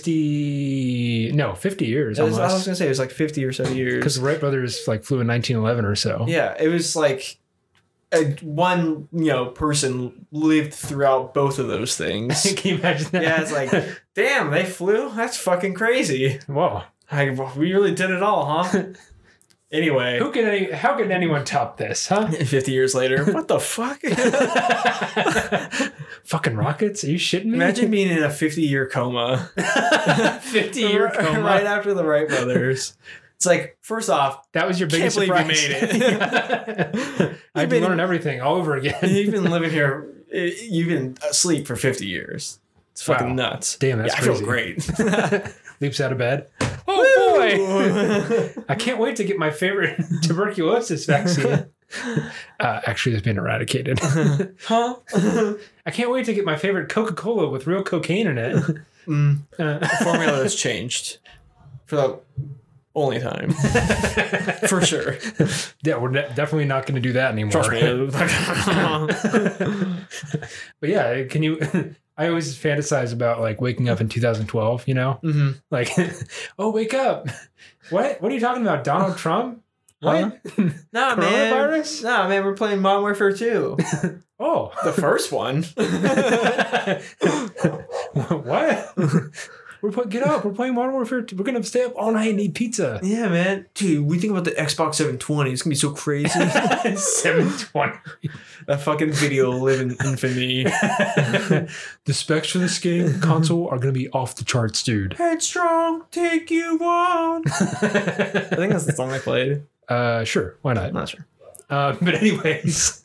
60, no, 50 years I was I was almost. gonna say it was like 50 or so years. Because the Wright brothers like flew in 1911 or so. Yeah, it was like a, one you know person lived throughout both of those things. Can you imagine that? yeah, it's like damn, they flew. That's fucking crazy. whoa. Like we really did it all, huh? anyway, Who can any, how can anyone top this, huh? 50 years later, what the fuck? Fucking rockets? Are you shitting me? Imagine being in a 50 year coma. 50 year Right- coma. Right after the Wright brothers. It's like, first off, That was your biggest believe you surprise. made it. I've been- been learning everything all over again. you've been living here, eh, you've been asleep for 50 years. It's fucking Wow. nuts. Damn, that's yeah, I feel crazy. great. Leaps out of bed. Oh boy! Woo! I can't wait to get my favorite tuberculosis vaccine. Uh, actually, it's been eradicated. huh? I can't wait to get my favorite Coca Cola with real cocaine in it. Mm, Uh, formula has changed for the only time, for sure. yeah, we're de- definitely not going to do that anymore. Trust me. But yeah, can you? I always fantasize about like waking up in 2012. You know, hmm like, oh, wake up! What? What are you talking about, Donald Trump? What? Nah, man. Coronavirus? Nah, man, we're playing Modern Warfare 2. Oh. the first one. what? We're put, get up. We're playing Modern Warfare. 2. We're gonna stay up all night and eat pizza. Yeah, man. Dude, we think about the Xbox 720. It's gonna be so crazy. Seven twenty. that fucking video will live in infamy. the specs for this game console are gonna be off the charts, dude. Headstrong, take you on. I think that's the song I played. Uh, sure, why not? not sure. Uh, but anyways,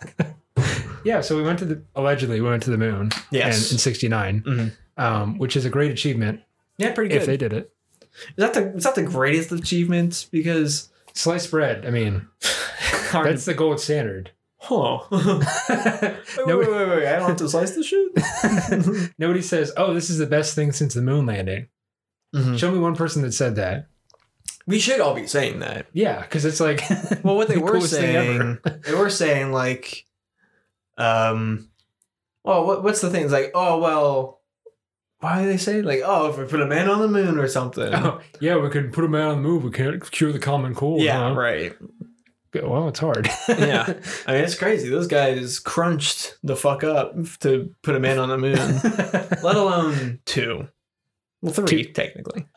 yeah. So we went to the allegedly we went to the moon. Yes. and, in '69, Mhm. um, which is a great achievement yeah, pretty if good. they did it. is that the is that the greatest achievement? Because Sliced bread. I mean, hard that's the gold standard. huh. wait, wait, Nobody, wait, wait, I don't have to slice the shit. Mm-hmm. nobody says, "Oh, this is the best thing since the moon landing." Hmm. Show me one person that said that. We should all be saying that. Yeah, because it's like, Well, what they The were coolest thing saying, they were saying like, um, well, what, what's the thing? It's like, oh well, why do they say like, oh, if we put a man on the moon or something? oh, yeah, we can put a man on the moon. We can't cure the common cold. yeah, huh? right. Well, it's hard. Yeah, I mean, it's crazy. Those guys crunched the fuck up to put a man on the moon, let alone two. Well, three Two. technically.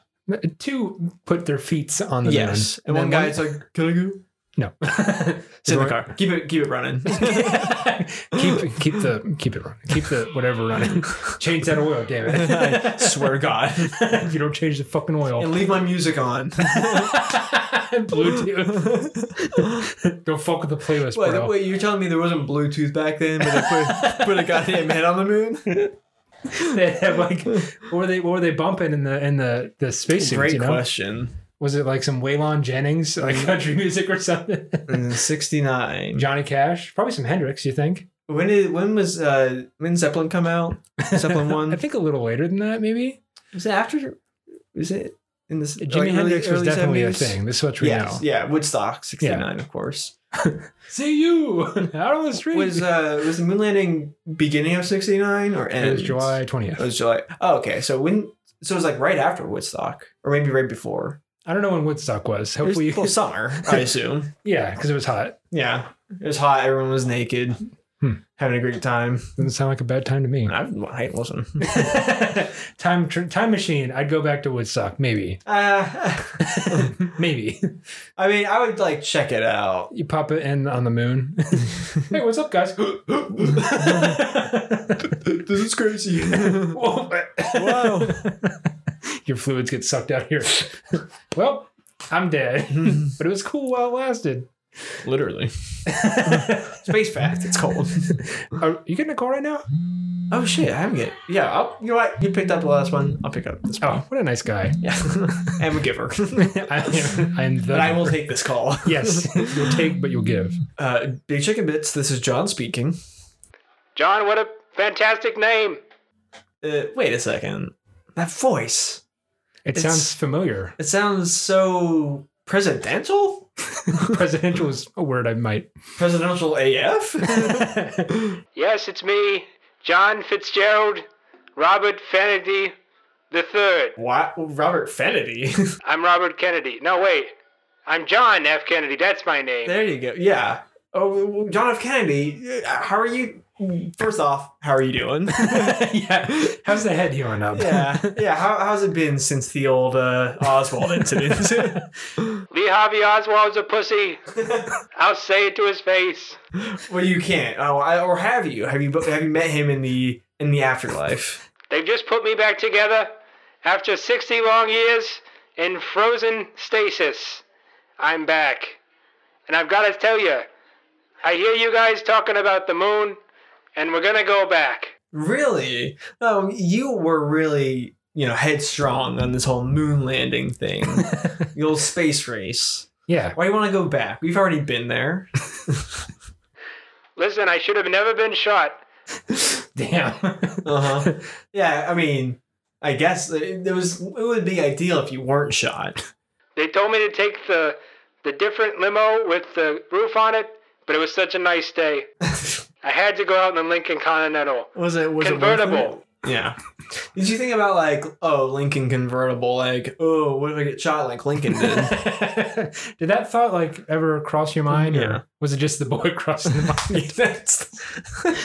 Two put their feet on the Yes, moon. and, one then guy's like, "Can I go?" No. It's in the car. Keep it, keep it running. keep keep the keep it running. Keep the whatever running. Change that oil, damn I it. swear to God, if you don't change the fucking and oil. leave my music on. Bluetooth. Don't fuck with the playlist, Wait, bro. wait, you're telling me there wasn't Bluetooth back then, but they put, put a goddamn man on the moon? They had like what were they what were they bumping in the in the the spacesuits, Great you know? question. Mm. Was it like some Waylon Jennings, like country music or something? In '69, Johnny Cash? Probably some Hendrix, you think? when did when was uh when Zeppelin come out? Zeppelin one. I think a little later than that, maybe. was it after? Was it in this? Jimi Hendrix was definitely a thing. This is what we Yes, know. yeah, Woodstock '69, of course. See you out on the street. Was uh was the moon landing beginning of '69 or end? it was July It 20th. was July. Oh, okay. So when? So it was like right after Woodstock, or maybe right before. I don't know when Woodstock was. It was Hopefully, well, summer, I assume. yeah, because it was hot. Yeah, it was hot. Everyone was naked. Hmm. having a great time. Doesn't sound like a bad time to me. I, I listen. time tr- time machine. I'd go back to Woodstock, maybe, uh, maybe. I mean, I would like check it out. You pop it in on the moon. hey, what's up, guys? this is crazy. Wow. Your fluids get sucked out here. well, I'm dead, but it was cool while it lasted. Literally. Space fact. It's cold. Are you getting a call right now? Oh shit! I haven't yet. Yeah. I'll, you know what? You picked up the last one. I'll pick up this. One. Oh, what a nice guy. Yeah. I'm a giver. I am, I am the. but I will take this call. Yes, you'll take, but you'll give. Uh, Big Chicken Bits. This is John speaking. John, what a fantastic name. Uh, wait a second. That voice. It It's- sounds familiar. It sounds so presidential. Presidential is a word I might. Presidential AF. Yes, it's me, John Fitzgerald, Robert Kennedy the third. what? Robert Fennedy. I'm Robert Kennedy. No, wait. I'm John F. Kennedy. That's my name. there you go. Yeah. Oh, well, John F. Kennedy. uh, How are you? First off, how are you doing? yeah. How's the head healing up? yeah. Yeah. How, how's it been since the old uh, Oswald incident? Lee Harvey Oswald's a pussy. I'll say it to his face. Well, you can't. Oh, I, or have you? Have you? Have you met him in the in the afterlife? They've just put me back together after 60 long years in frozen stasis. I'm back. And I've got to tell you, I hear you guys talking about the moon, and we're going to go back. Really? Oh, you were really you know headstrong on this whole moon landing thing, the old space race. Yeah. Why do you want to go back? We've already been there. Listen, I should have never been shot. Damn. Uh huh. yeah. I mean, I guess uh, it, it was. It would be ideal if you weren't shot. They told me to take the the different limo with the roof on it, but it was such a nice day. I had to go out in the Lincoln Continental. Was it was It worth Convertible. it? yeah. Did you think about like, oh, Lincoln convertible? Like, oh, what if I get shot like Lincoln did? Did that thought like ever cross your mind? or Yeah. was it just the boy crossing the mind?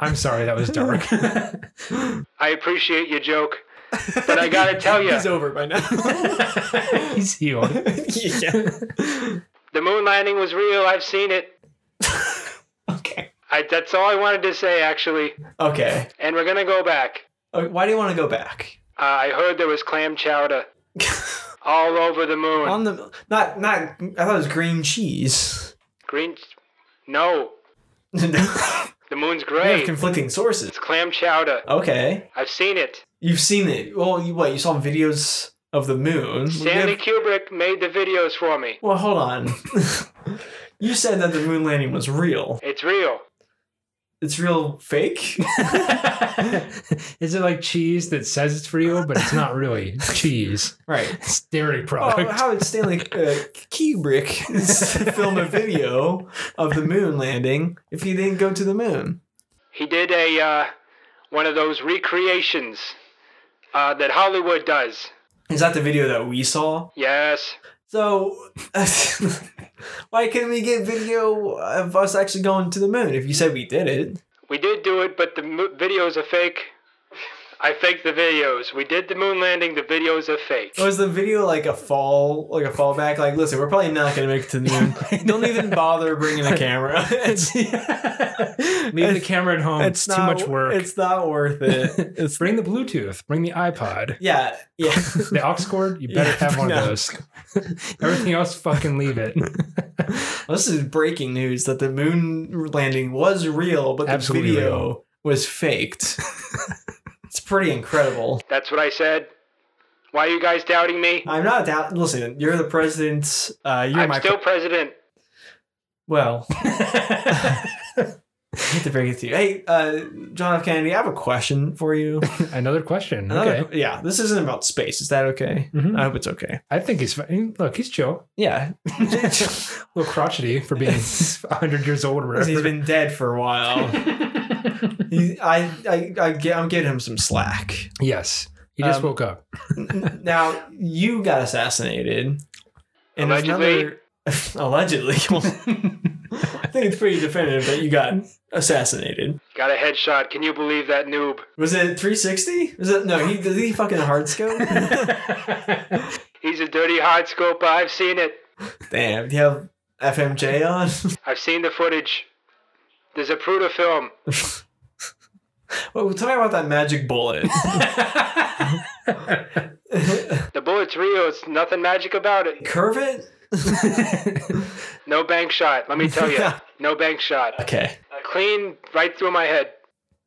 I'm sorry, that was dark. I appreciate your joke, but I gotta tell you, He's over by now. He's healed. yeah. the moon landing was real. I've seen it. Okay. I, that's all I wanted to say, actually. Okay. And we're gonna go back. Uh, Why do you want to go back? Uh, I heard there was clam chowder all over the moon. On the not not. I thought it was green cheese. Green? No, you the moon's have gray. conflicting sources. It's clam chowder. Okay. I've seen it. You've seen it. Well, you, what you saw videos of the moon. We Stanley have- Kubrick made the videos for me. well, hold on. you said that the moon landing was real. It's real. It's real fake. Is it like cheese that says it's real, but it's not really cheese? right. It's dairy Oh, product. how did Stanley uh, Kubrick film a video of the moon landing if he didn't go to the moon? He did a uh, one of those recreations uh, that Hollywood does. Is that the video that we saw? Yes, So, why couldn't we get video of us actually going to the moon if you said we did it? we did do it, but the mo- videos are fake. I faked the videos. We did the moon landing. The videos are fake. Oh, Was the video like a fall, like a fallback? Like, listen, we're probably not going to make it to the moon. Don't even bother bringing a camera. It's, Leave the camera at home. It's, too not- much work. It's not worth it. It's bring the Bluetooth. Bring the iPod. yeah, yeah. The aux cord. You better Yeah, have one of no. those. Everything else, fucking leave it. This is breaking news that the moon landing was real, but the Absolutely video real. was faked. it's pretty incredible. That's what I said. Why are you guys doubting me? I'm not doubt. Listen, you're the president. Uh, you're I'm my still president. well. I hate to break it to you. Hey, uh, John F. Kennedy, I have a question for you. Another question. Another- okay. Yeah, this isn't about space. Is that okay? Mhm. I hope it's okay. I think he's fine. Look, he's chill. Yeah, a little crotchety for being 100 years old. Or whatever. he's been dead for a while. He- I, I, I get, I'm giving him some slack. yes. He just Um, woke up. now you got assassinated, and Allegedly. another allegedly. Well, I think it's pretty definitive that you got assassinated. Got a headshot. Can you believe that noob? Was it 360? Was it no? He did he fucking hard scope? He's a dirty hard scoper. I've seen it. Damn, you have FMJ on. I've seen the footage. There's a Pruder film. Well, tell me about that magic bullet. The bullet's real. It's nothing magic about it. Curve it. No bank shot. Let me tell you. No bank shot. Okay, Uh, Clean right through my head.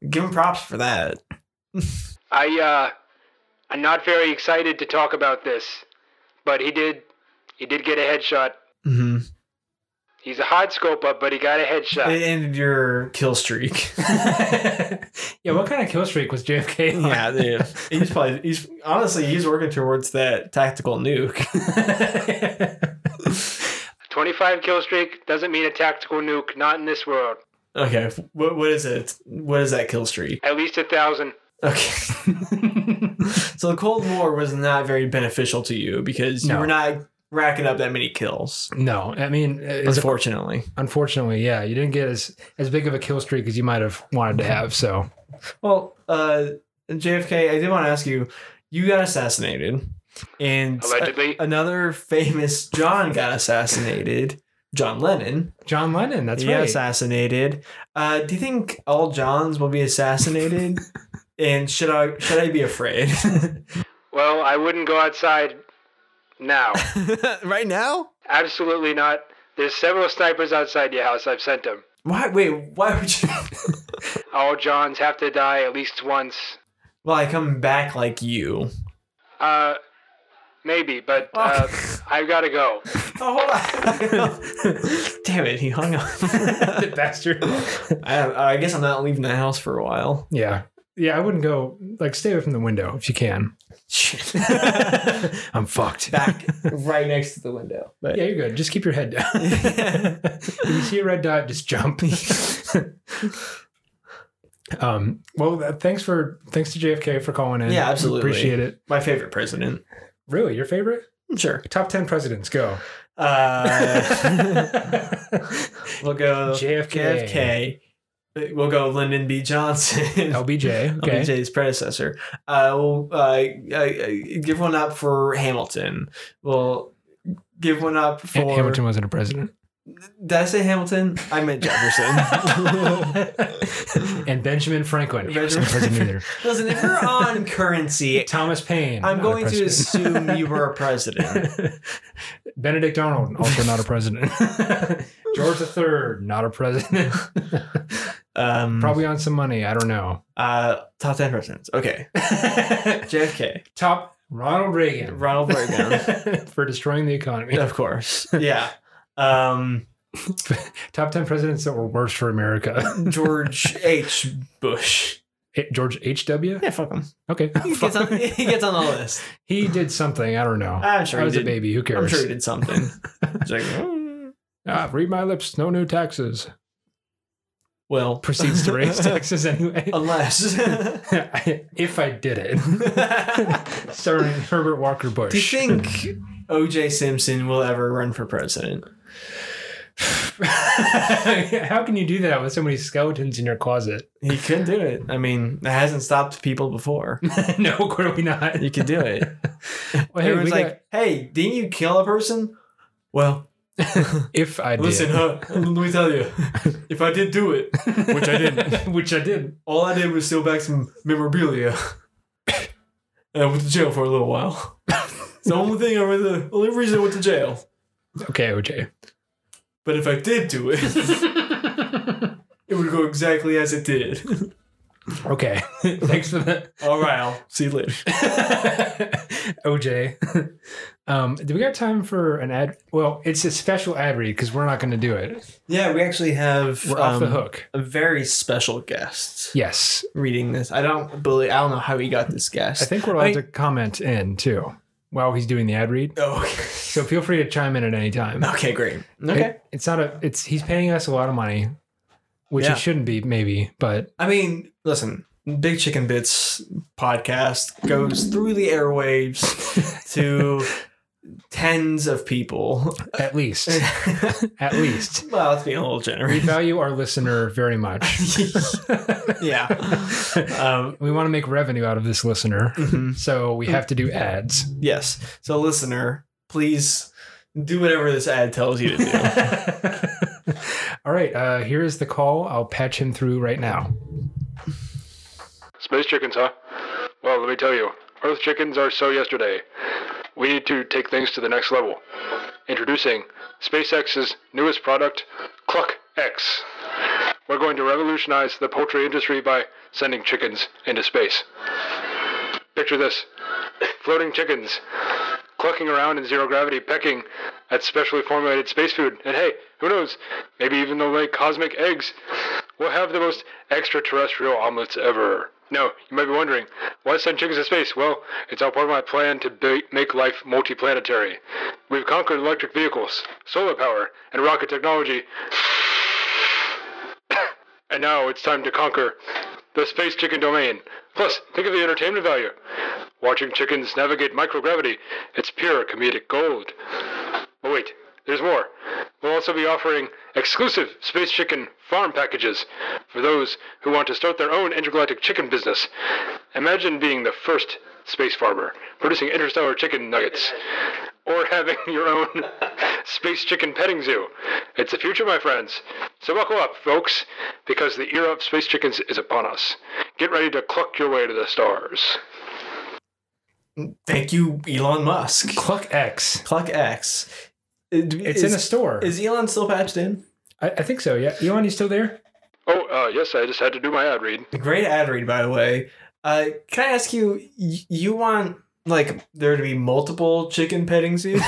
give him props for that. I uh I'm not very excited to talk about this, but he did he did get a headshot. Mm-hmm. He's a hard scoper, but he got a headshot. It ended your kill streak. yeah, what kind of kill streak was JFK? on? yeah, yeah. He's probably he's honestly he's working towards that tactical nuke. 25 kill streak doesn't mean a tactical nuke, not in this world. Okay, what what is it? What is that kill streak? At least a thousand. Okay. so the Cold War was not very beneficial to you because you No. were not racking up that many kills. No, I mean, it's a, Unfortunately, unfortunately, yeah, you didn't get as as big of a kill streak as you might have wanted to have. So well, uh, JFK, I did want to ask you. You got assassinated, and a- Allegedly. another famous John got assassinated. John Lennon. John Lennon, that's he got right. assassinated. Uh, do you think all Johns will be assassinated? and should I should I be afraid? Well, I wouldn't go outside now. right now? Absolutely not. There's several snipers outside your house. I've sent them. Why? Wait, why would you? All Johns have to die at least once. well, I come back like you. Uh, maybe, but Oh. uh, I've got to go. Oh, hold on. Damn it, he hung up. bastard. I, I guess I'm not leaving the house for a while. yeah, yeah, I wouldn't go. Like, stay away from the window if you can. Shit. I'm fucked. back right next to the window. But Yeah, you're good. Just keep your head down. if you see a red dot, just jump. um. Well, th- thanks for thanks to JFK for calling in. Yeah, absolutely. Appreciate it. my favorite president. Really, your favorite? Sure. Top ten presidents. Go. Uh, LBJ. we'll go JFK. JFK. We'll go Lyndon B. Johnson. Okay. LBJ's predecessor. Uh, we'll uh, uh, give one up for Hamilton. We'll give one up for Ha- Hamilton wasn't a president. Did I say Hamilton? I meant Jefferson. and Benjamin Franklin. He wasn't a Benjamin- president either. Listen, if you're on currency, Thomas Paine. I'm not a going to president. assume you were a president. Benedict Arnold, also not a president. George III, not a president. Um, Probably Probably on some money. I don't know. uh, top ten presidents. Okay, JFK, Top Ronald Reagan Ronald Reagan, for destroying the economy. of course. Yeah, um, Top 10 presidents that were worse for America. George H. Bush. Eh, George H.W.? Yeah, fuck him. Okay. He gets on, he gets on the list. He did something. I don't know. I'm sure I he was did. a baby. Who cares? I'm sure he did something. He's like, "Mm." Ah, read my lips. No new taxes. well, Proceeds to raise taxes anyway. unless. if I did it. Do Starring Herbert Walker Bush. you think O.J. Simpson will ever run for president? How can you do that with so many skeletons in your closet? He could do it. I mean, that hasn't stopped people before. no, clearly not. You could do it. Well, hey, we Everyone's like, got- "Hey, didn't you kill a person?" Well, if I did, listen, huh? Let me tell you, if I did do it, which I didn't, which I did. all I did was steal back some memorabilia, and I went to jail for a little while. It's the only thing I was the only reason I went to jail. Okay, OJ. But if I did do it, it would go exactly as it did. Okay, thanks for that, All right, I'll see you later. OJ. Um, do we got time for an ad? Well, it's a special ad read because we're not going to do it. Yeah, we actually have We're off the um, hook. a very special guest. Yes, reading this. I don't believe I don't know how he got this guess. I think we're allowed I- to comment in too while he's doing the ad read. Oh, okay. So feel free to chime in at any time. okay, great. Okay. It- it's not a. It's he's paying us a lot of money, which Yeah. it shouldn't be, maybe. But I mean, listen, Big Chicken Bits podcast goes through the airwaves to tens of people. At least. At least. Well, that's being a little We generous. value our listener very much. yeah. Um, We want to make revenue out of this listener. mhm. So we have to do ads. Yes. So, listener, please do whatever this ad tells you to do. All right. Uh, here is the call. I'll patch him through right now. Space chickens, huh? Well, let me tell you, Earth chickens are so yesterday. We need to take things to the next level. Introducing SpaceX's newest product, Cluck X. We're going to revolutionize the poultry industry by sending chickens into space. Picture this floating chickens clucking around in zero gravity, pecking at specially formulated space food. And hey, who knows? Maybe even they'll lay cosmic eggs. We'll have the most extraterrestrial omelets ever. Now, you might be wondering, why send chickens to space? Well, it's all part of my plan to ba- make life multiplanetary. We've conquered electric vehicles, solar power, and rocket technology. And now it's time to conquer the space chicken domain. Plus, think of the entertainment value. Watching chickens navigate microgravity, it's pure comedic gold. But wait, there's more. We'll also be offering exclusive space chicken farm packages for those who want to start their own intergalactic chicken business. Imagine being the first space farmer, producing interstellar chicken nuggets, or having your own space chicken petting zoo. It's the future, my friends. So buckle up, folks, because the era of space chickens is upon us. Get ready to cluck your way to the stars. Thank you, Elon Musk. Cluck X. Cluck X. It's in a store. Is Elon still patched in? I, I think so. Yeah. Elon, you still there? Oh, uh, yes, I just had to do my ad read. Great ad read, by the way. Uh, can I ask you? y- You want like there to be multiple chicken petting zoos?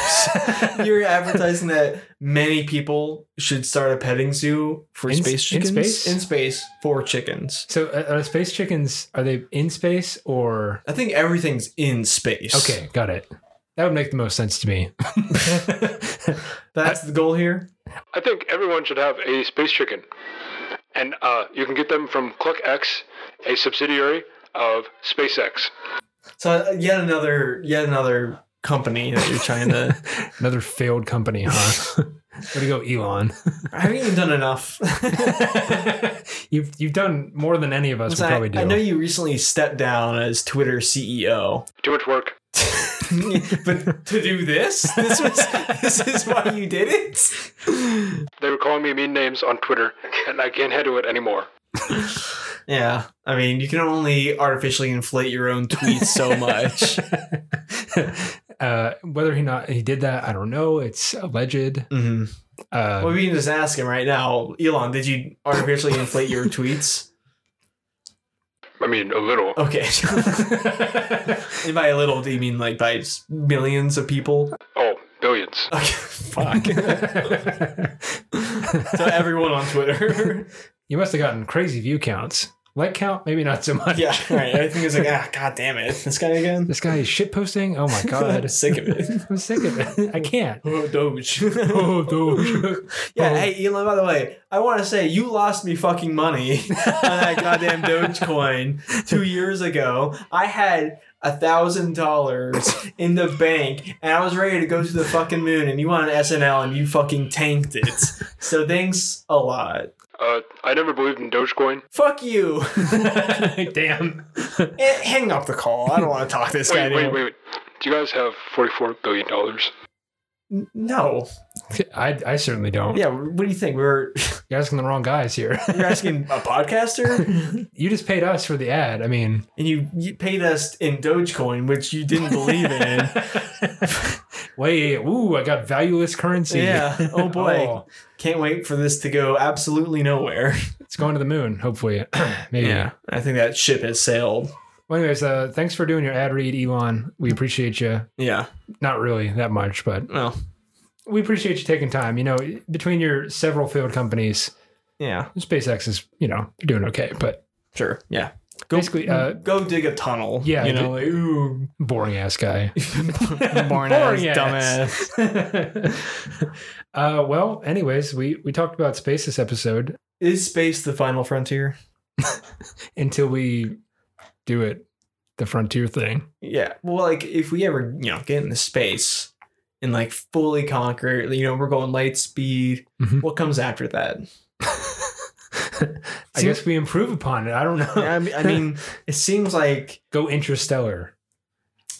You're advertising that many people should start a petting zoo for In s- space in chickens space? in space for chickens. So uh, are space chickens, are they in space or? I think everything's in space. Okay. Got it. That would make the most sense to me. that's the goal here. I think everyone should have a space chicken. And uh, you can get them from Cluck X, a subsidiary of SpaceX. So uh, yet another yet another company that you're trying to. Another failed company, huh? Way to go, Elon. I haven't even done enough. you've you've done more than any of us Listen, would I, probably do. I know you recently stepped down as Twitter E CEO. Too much work. but to do this, this was this is why you did it. They were calling me mean names on Twitter, and I can't handle it anymore. Yeah, I mean, you can only artificially inflate your own tweets so much. uh, whether he not he did that, I don't know. It's alleged. hmm Uh, Well, we can just ask him right now, Elon. Did you artificially inflate your tweets? I mean, a little. Okay. and by a little, do you mean like by s- millions of people? Oh, billions. Okay, fuck. so everyone on Twitter. you must have gotten crazy view counts. Like count, maybe not so much. yeah, right. I think it's like, ah, god damn it, this guy again. This guy is shit posting. Oh my god, Sick of it. I'm sick of it. I can't. Oh, Doge. Oh, dude. Yeah, Oh. hey Elon. By the way, I want to say you lost me fucking money on that goddamn Dogecoin two years ago. I had a thousand dollars in the bank, and I was ready to go to the fucking moon. And you went on SNL, and you fucking tanked it. So thanks a lot. Uh, I never believed in Dogecoin. Fuck you. Damn. Eh, Hang up the call. I don't want to talk to this guy Wait, wait, anymore. wait, wait. Do you guys have forty-four billion dollars? No. I, I certainly don't. Yeah. What do you think? We're You're asking the wrong guys here. you're asking a podcaster, you just paid us for the ad. I mean, and you, you paid us in Dogecoin, which you didn't believe in. Wait, ooh, I got valueless currency. Yeah. Oh boy. Oh, Can't wait for this to go absolutely nowhere. it's going to the moon, hopefully. Maybe. I think that ship has sailed. Well, anyways, uh, thanks for doing your ad read, Elon. We appreciate you. Yeah. Not really that much, but Well. we appreciate you taking time. You know, between your several field companies, Yeah. SpaceX is, you know, they're doing okay, but Sure. Yeah. basically, uh, Go dig a tunnel. Yeah, You know, like, ooh, boring ass guy. born ass, Boring dumbass. ass. uh, well, anyways, we, we talked about space this episode Is space the final frontier? until we do it, the frontier thing. Yeah. Well, like if we ever you know get into space, and like fully conquer. You know, we're going light speed. Mhm. What comes after that? I guess we improve upon it. I don't know. I mean, I mean, it seems like Go interstellar.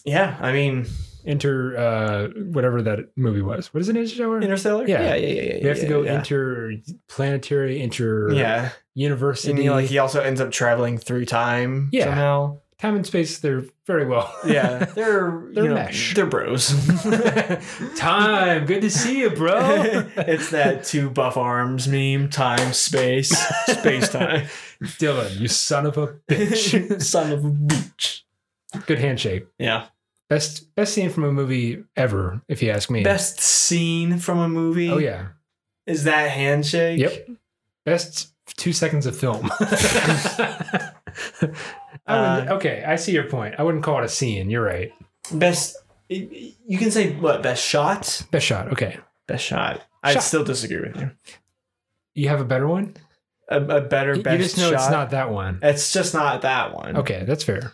yeah. I mean, Inter uh whatever that movie was. What is it interstellar? Interstellar. yeah, Yeah. yeah, yeah. yeah you have to go yeah. interplanetary, inter Yeah, university. and he, like he also ends up traveling through time Yeah. somehow. Time and space, they're very well. Yeah, they're They're you know, mesh. They're bros. Time. Good to see you, bro. it's that two buff arms meme. Time, space, space time. Dylan, you son of a bitch. Son of a bitch. Good handshake. Yeah. Best best scene from a movie ever, if you ask me. Best scene from a movie. Oh yeah. Is that handshake? Yep. Best two seconds of film. I Uh, wouldn't- okay, I see your point. I wouldn't call it a scene. You're right. Best. You can say what? Best shot. Best shot. Okay. Best shot. I Shot. still disagree with you. You have a better one? A, a better You- best you just know shot. it's not that one. It's just not that one. Okay, that's fair.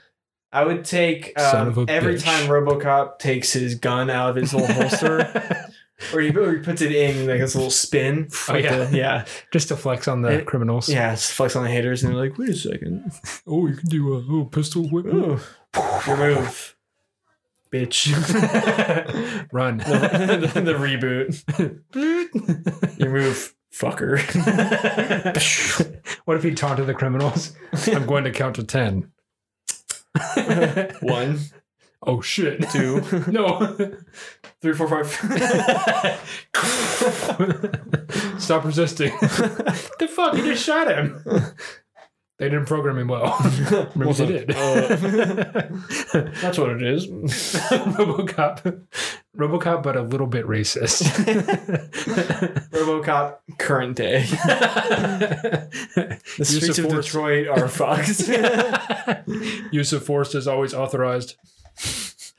I would take um, Son of a every bitch. time RoboCop takes his gun out of his little holster, or he, or he puts it in like this little spin. Oh, like yeah. the- yeah, just to flex on the It- criminals. yeah. It's flex on the haters, and they're like, "Wait a second, Oh, you can do a little pistol whip. Ooh, remove, bitch." Run. the, the- the reboot. Remove, fucker. what if he taunted the criminals? I'm going to count to ten. One, oh shit. two, No. three, four, five. Stop resisting. the fuck? You just shot him. They didn't program him well. Maybe Also, they did. Uh, That's what it is. Robocop. Robocop, but a little bit racist. RoboCop current day. The Use streets of of force. Detroit are fucked Use of force is always authorized.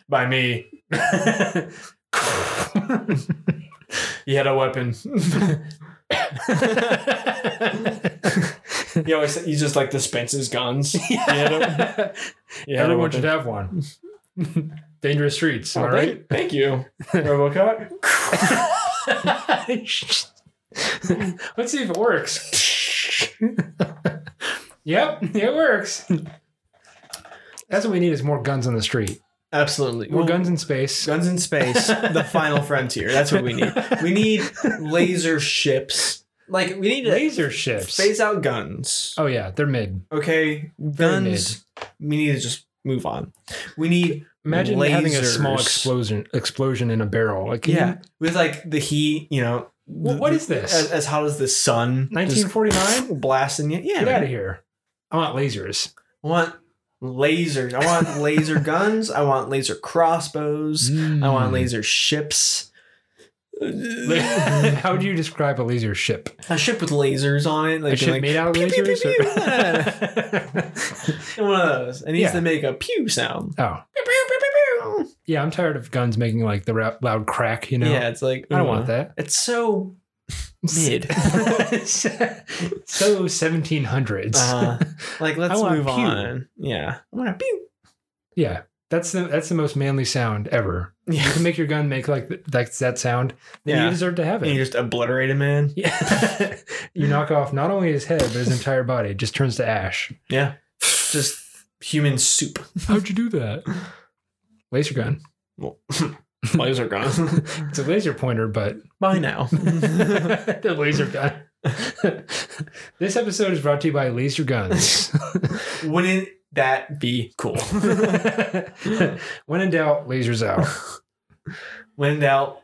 by me. He had a weapon. he always he just like dispenses guns. He had a- he had a Everyone weapon. should have one. Dangerous streets, Oh, all thank- right? Thank you, RoboCop. Let's see if it works. yep, it works. That's what we need is more guns on the street. Absolutely. More guns in space. Guns in space, the final frontier. That's what we need. We need laser ships. Like we need to Laser ships. phase out guns. Oh yeah, they're mid. Okay, guns. We need to just move on. We need Imagine having a small Lasers. explosion explosion in a barrel. Like yeah with like the heat. You know Wh- the- what is as, this? as hot as the sun. just 1949? blasting you. Yeah, Get out man. of here. I want lasers. I want lasers. I want laser guns. I want laser crossbows. I Mm. want laser ships. How would you describe a laser ship? A ship with lasers on it. Like, a ship like, made out of pew, pew, lasers? pew, pew. or- one of those. It needs Yeah. to make a pew sound. oh, Pew, pew, pew, pew, pew. yeah. I'm tired of guns making like the ra- loud crack. You know. Yeah, Mm-hmm. it's like I don't ooh. want that. It's so mid. so 1700s. uh, like let's want move pew. on. Yeah, I want a pew. Yeah, that's the that's the most manly sound ever. You Yeah, can make your gun make like th- like that sound, then Yeah. you deserve to have and you it. just obliterate a man. Yeah. you knock off not only his head but his entire body. It just turns to ash. Yeah, just human soup. How'd you do that? Laser gun. Laser gun. It's a laser pointer, but Bye now. the laser gun. this episode is brought to you by Laser Guns. Wouldn't that be cool? when in doubt, lasers out. When in doubt,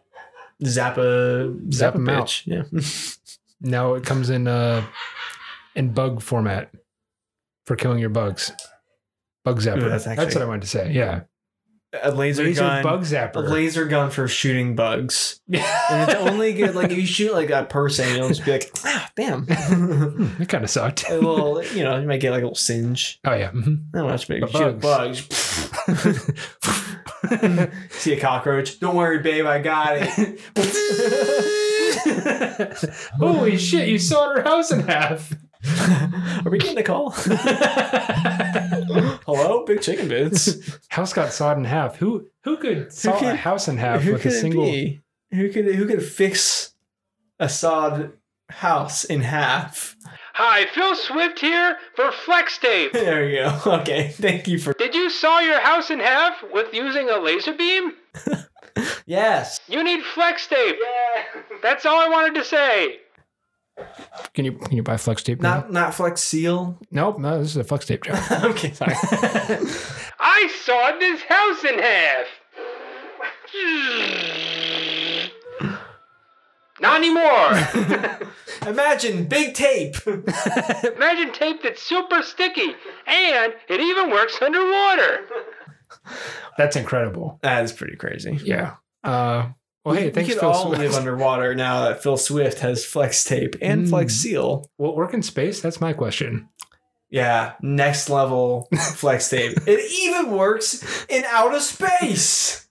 zap a Zap zap, a 'em out. bitch. Yeah. Now it comes in uh in bug format for killing your bugs. Bug zapper. Ooh, that's, that's what actually- I wanted to say. Yeah. A laser, Laser gun. bug a zapper. laser gun for shooting bugs. And it's Yeah. only good like if you shoot like a person, you'll just be like, ah, damn. a Hmm, that kind of sucked. Uh, little, you know, you might get like a little singe. Oh yeah. mhm. Not much big. But Shoot bugs. See a cockroach. Don't worry, babe, I got it. Holy shit, you sawed her house in half. Are we getting a call? Hello, Big chicken bits. House got sawed in half. Who who could saw a could- house in half who with could a it single? be? Who could who could fix a sawed house in half? Hi, Phil Swift here for Flex Tape. There you go. Okay, thank you for Did you saw your house in half with using a laser beam? yes. You need flex tape. Yeah. That's all I wanted to say. Can you can you buy flex tape? now? Not not Flex Seal. Nope, no. This is a flex tape job. okay, sorry. I sawed this house in half. Not anymore. Imagine big tape. Imagine tape that's super sticky, and it even works underwater. That's incredible. that is pretty crazy. Yeah. Uh, well, hey, We thanks, could Phil. all Swift. live underwater now that Phil Swift has Flex Tape and Mm. Flex Seal. Will it work in space? That's my question. Yeah, next level Flex Tape. it even works in outer space.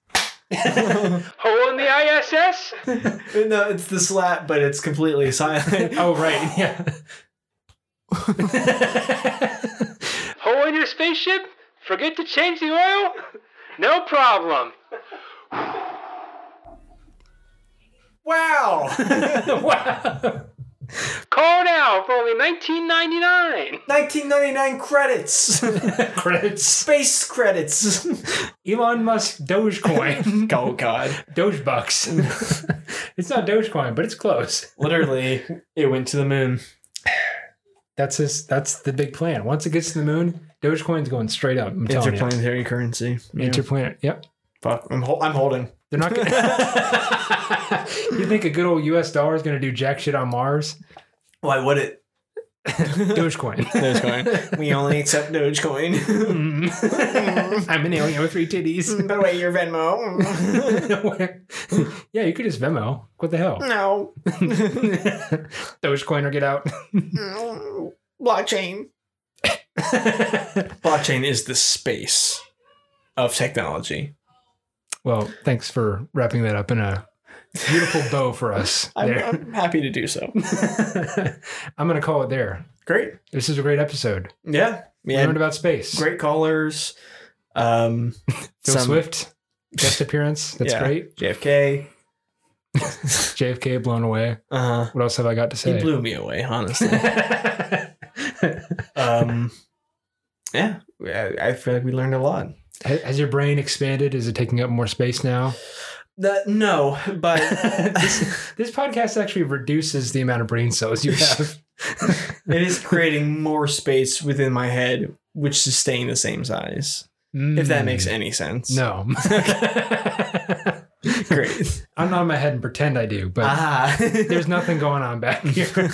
Hole in the ISS? No, it's the slat, but it's completely silent. Oh, right. Yeah. Hole in your spaceship? Forget to change the oil? No problem. Wow! Call now for only 19.99. 1999 credits! Credits. Space credits! Elon Musk Dogecoin. oh god. Doge bucks. it's not Dogecoin, but it's close. Literally, it went to the moon. That's his. That's the big plan. Once it gets to the moon, Dogecoin's going straight up. I'm telling you. Interplanetary currency. Yeah. Interplanet. Yep. Fuck, I'm, hol- I'm holding. They're not. Gonna, you think a good old U.S. dollar is going to do jack shit on Mars? Why would it? Dogecoin. Dogecoin. we only accept Dogecoin. Mm. I'm an alien with three titties. By the way, your Venmo. yeah, you could just Venmo. What the hell? no. Dogecoin or get out. Blockchain. Blockchain is the space of technology. Well, thanks for wrapping that up in a beautiful bow for us. I'm, there. I'm happy to do so. I'm going to call it there. Great. This is a great episode. Yeah. We Yeah. learned about space. great callers. Um, Phil some- Swift, guest appearance. That's Yeah. great. JFK. JFK blown away. Uh, What else have I got to he Uh-huh. say? blew me away, honestly. um, yeah, I, I feel like we learned a lot. Ha- Has your brain expanded? Is it taking up more space now? The- no, but this, this podcast actually reduces the amount of brain cells you have. it is creating more space within my head, which is staying the same size. If that makes any sense. Hmm. No. Great. I'm not in my head and pretend I do, but ah. there's nothing going on back here.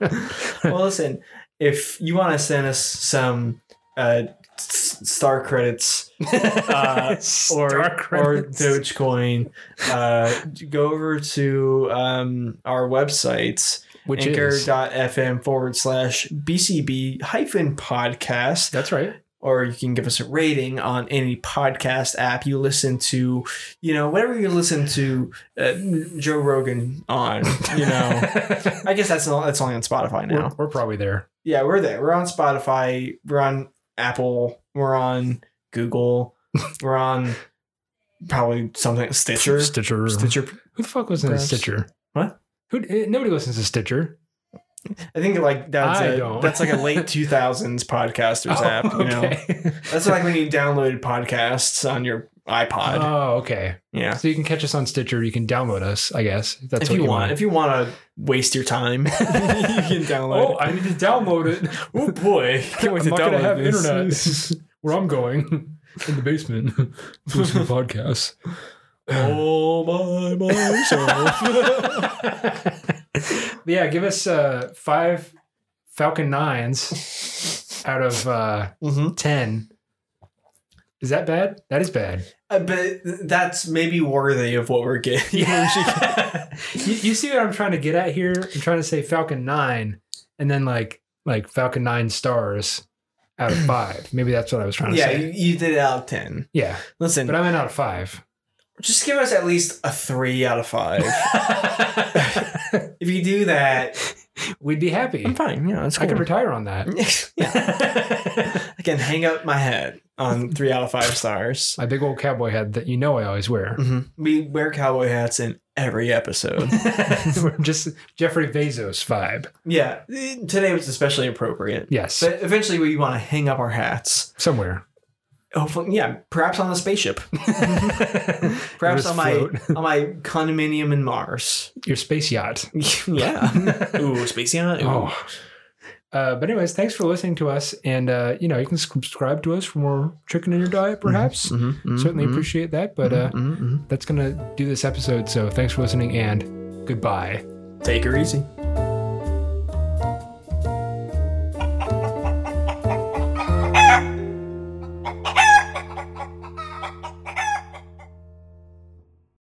well, listen, if you want to send us some uh, s- star credits uh, or, Star or credits. Dogecoin, uh, go over to um, our website, Which is- anchor.fm forward slash BCB hyphen podcast, That's right. or you can give us a rating on any podcast app you listen to, you know, whatever you listen to uh, Joe Rogan on, you know. I guess that's all, that's only on Spotify now. We're, we're probably there. yeah, we're there. We're on Spotify. We're on Apple. We're on Google. we're on probably something Stitcher. Stitcher. Stitcher. Who the fuck listens to Perhaps. Stitcher? What? Who? eh, Nobody listens to Stitcher. I think like that's I a, don't. Oh, that's like a late two thousands podcasters app. You know, that's like when you downloaded podcasts on your iPod. oh, okay. yeah. So you can catch us on Stitcher. You can download us, I guess. If that's If what you want, if you want to waste your time, you can download. Oh, I need to download it. oh boy! Can't I'm not gonna have internet where I'm going in the basement. Listen to podcasts. all by myself. But yeah, give us uh, five Falcon Nines out of uh, Mhm. ten. Is that bad? That is bad. Uh, but that's maybe worthy of what we're getting. you, you see what I'm trying to get at here? I'm trying to say Falcon Nine, and then like like Falcon Nine stars out of five. Maybe that's what I was trying to yeah, say. you, you did it out of 10. yeah, Listen, but I meant out of five. just give us at least a 3 out of 5. if you do that, We'd be happy. fine. Yeah, that's I could retire on that. yeah. I can hang up my head. on three out of five stars. Mm-hmm. My big old cowboy hat that you know I always wear. We wear cowboy hats in every episode. We're just Jeffrey Bezos vibe. yeah, today was especially appropriate. Yes, But eventually, we want to hang up our hats. somewhere. Hopefully, yeah, perhaps on a spaceship, perhaps Just on my float. on my condominium in Mars. Your space yacht. yeah. Ooh, space yacht. Oh. Uh, but anyways, thanks for listening to us, and uh, you know you can subscribe to us for more chicken in your diet, perhaps. Mm-hmm, Certainly appreciate that, but uh, that's gonna do this episode. So thanks for listening, and goodbye. Take her easy.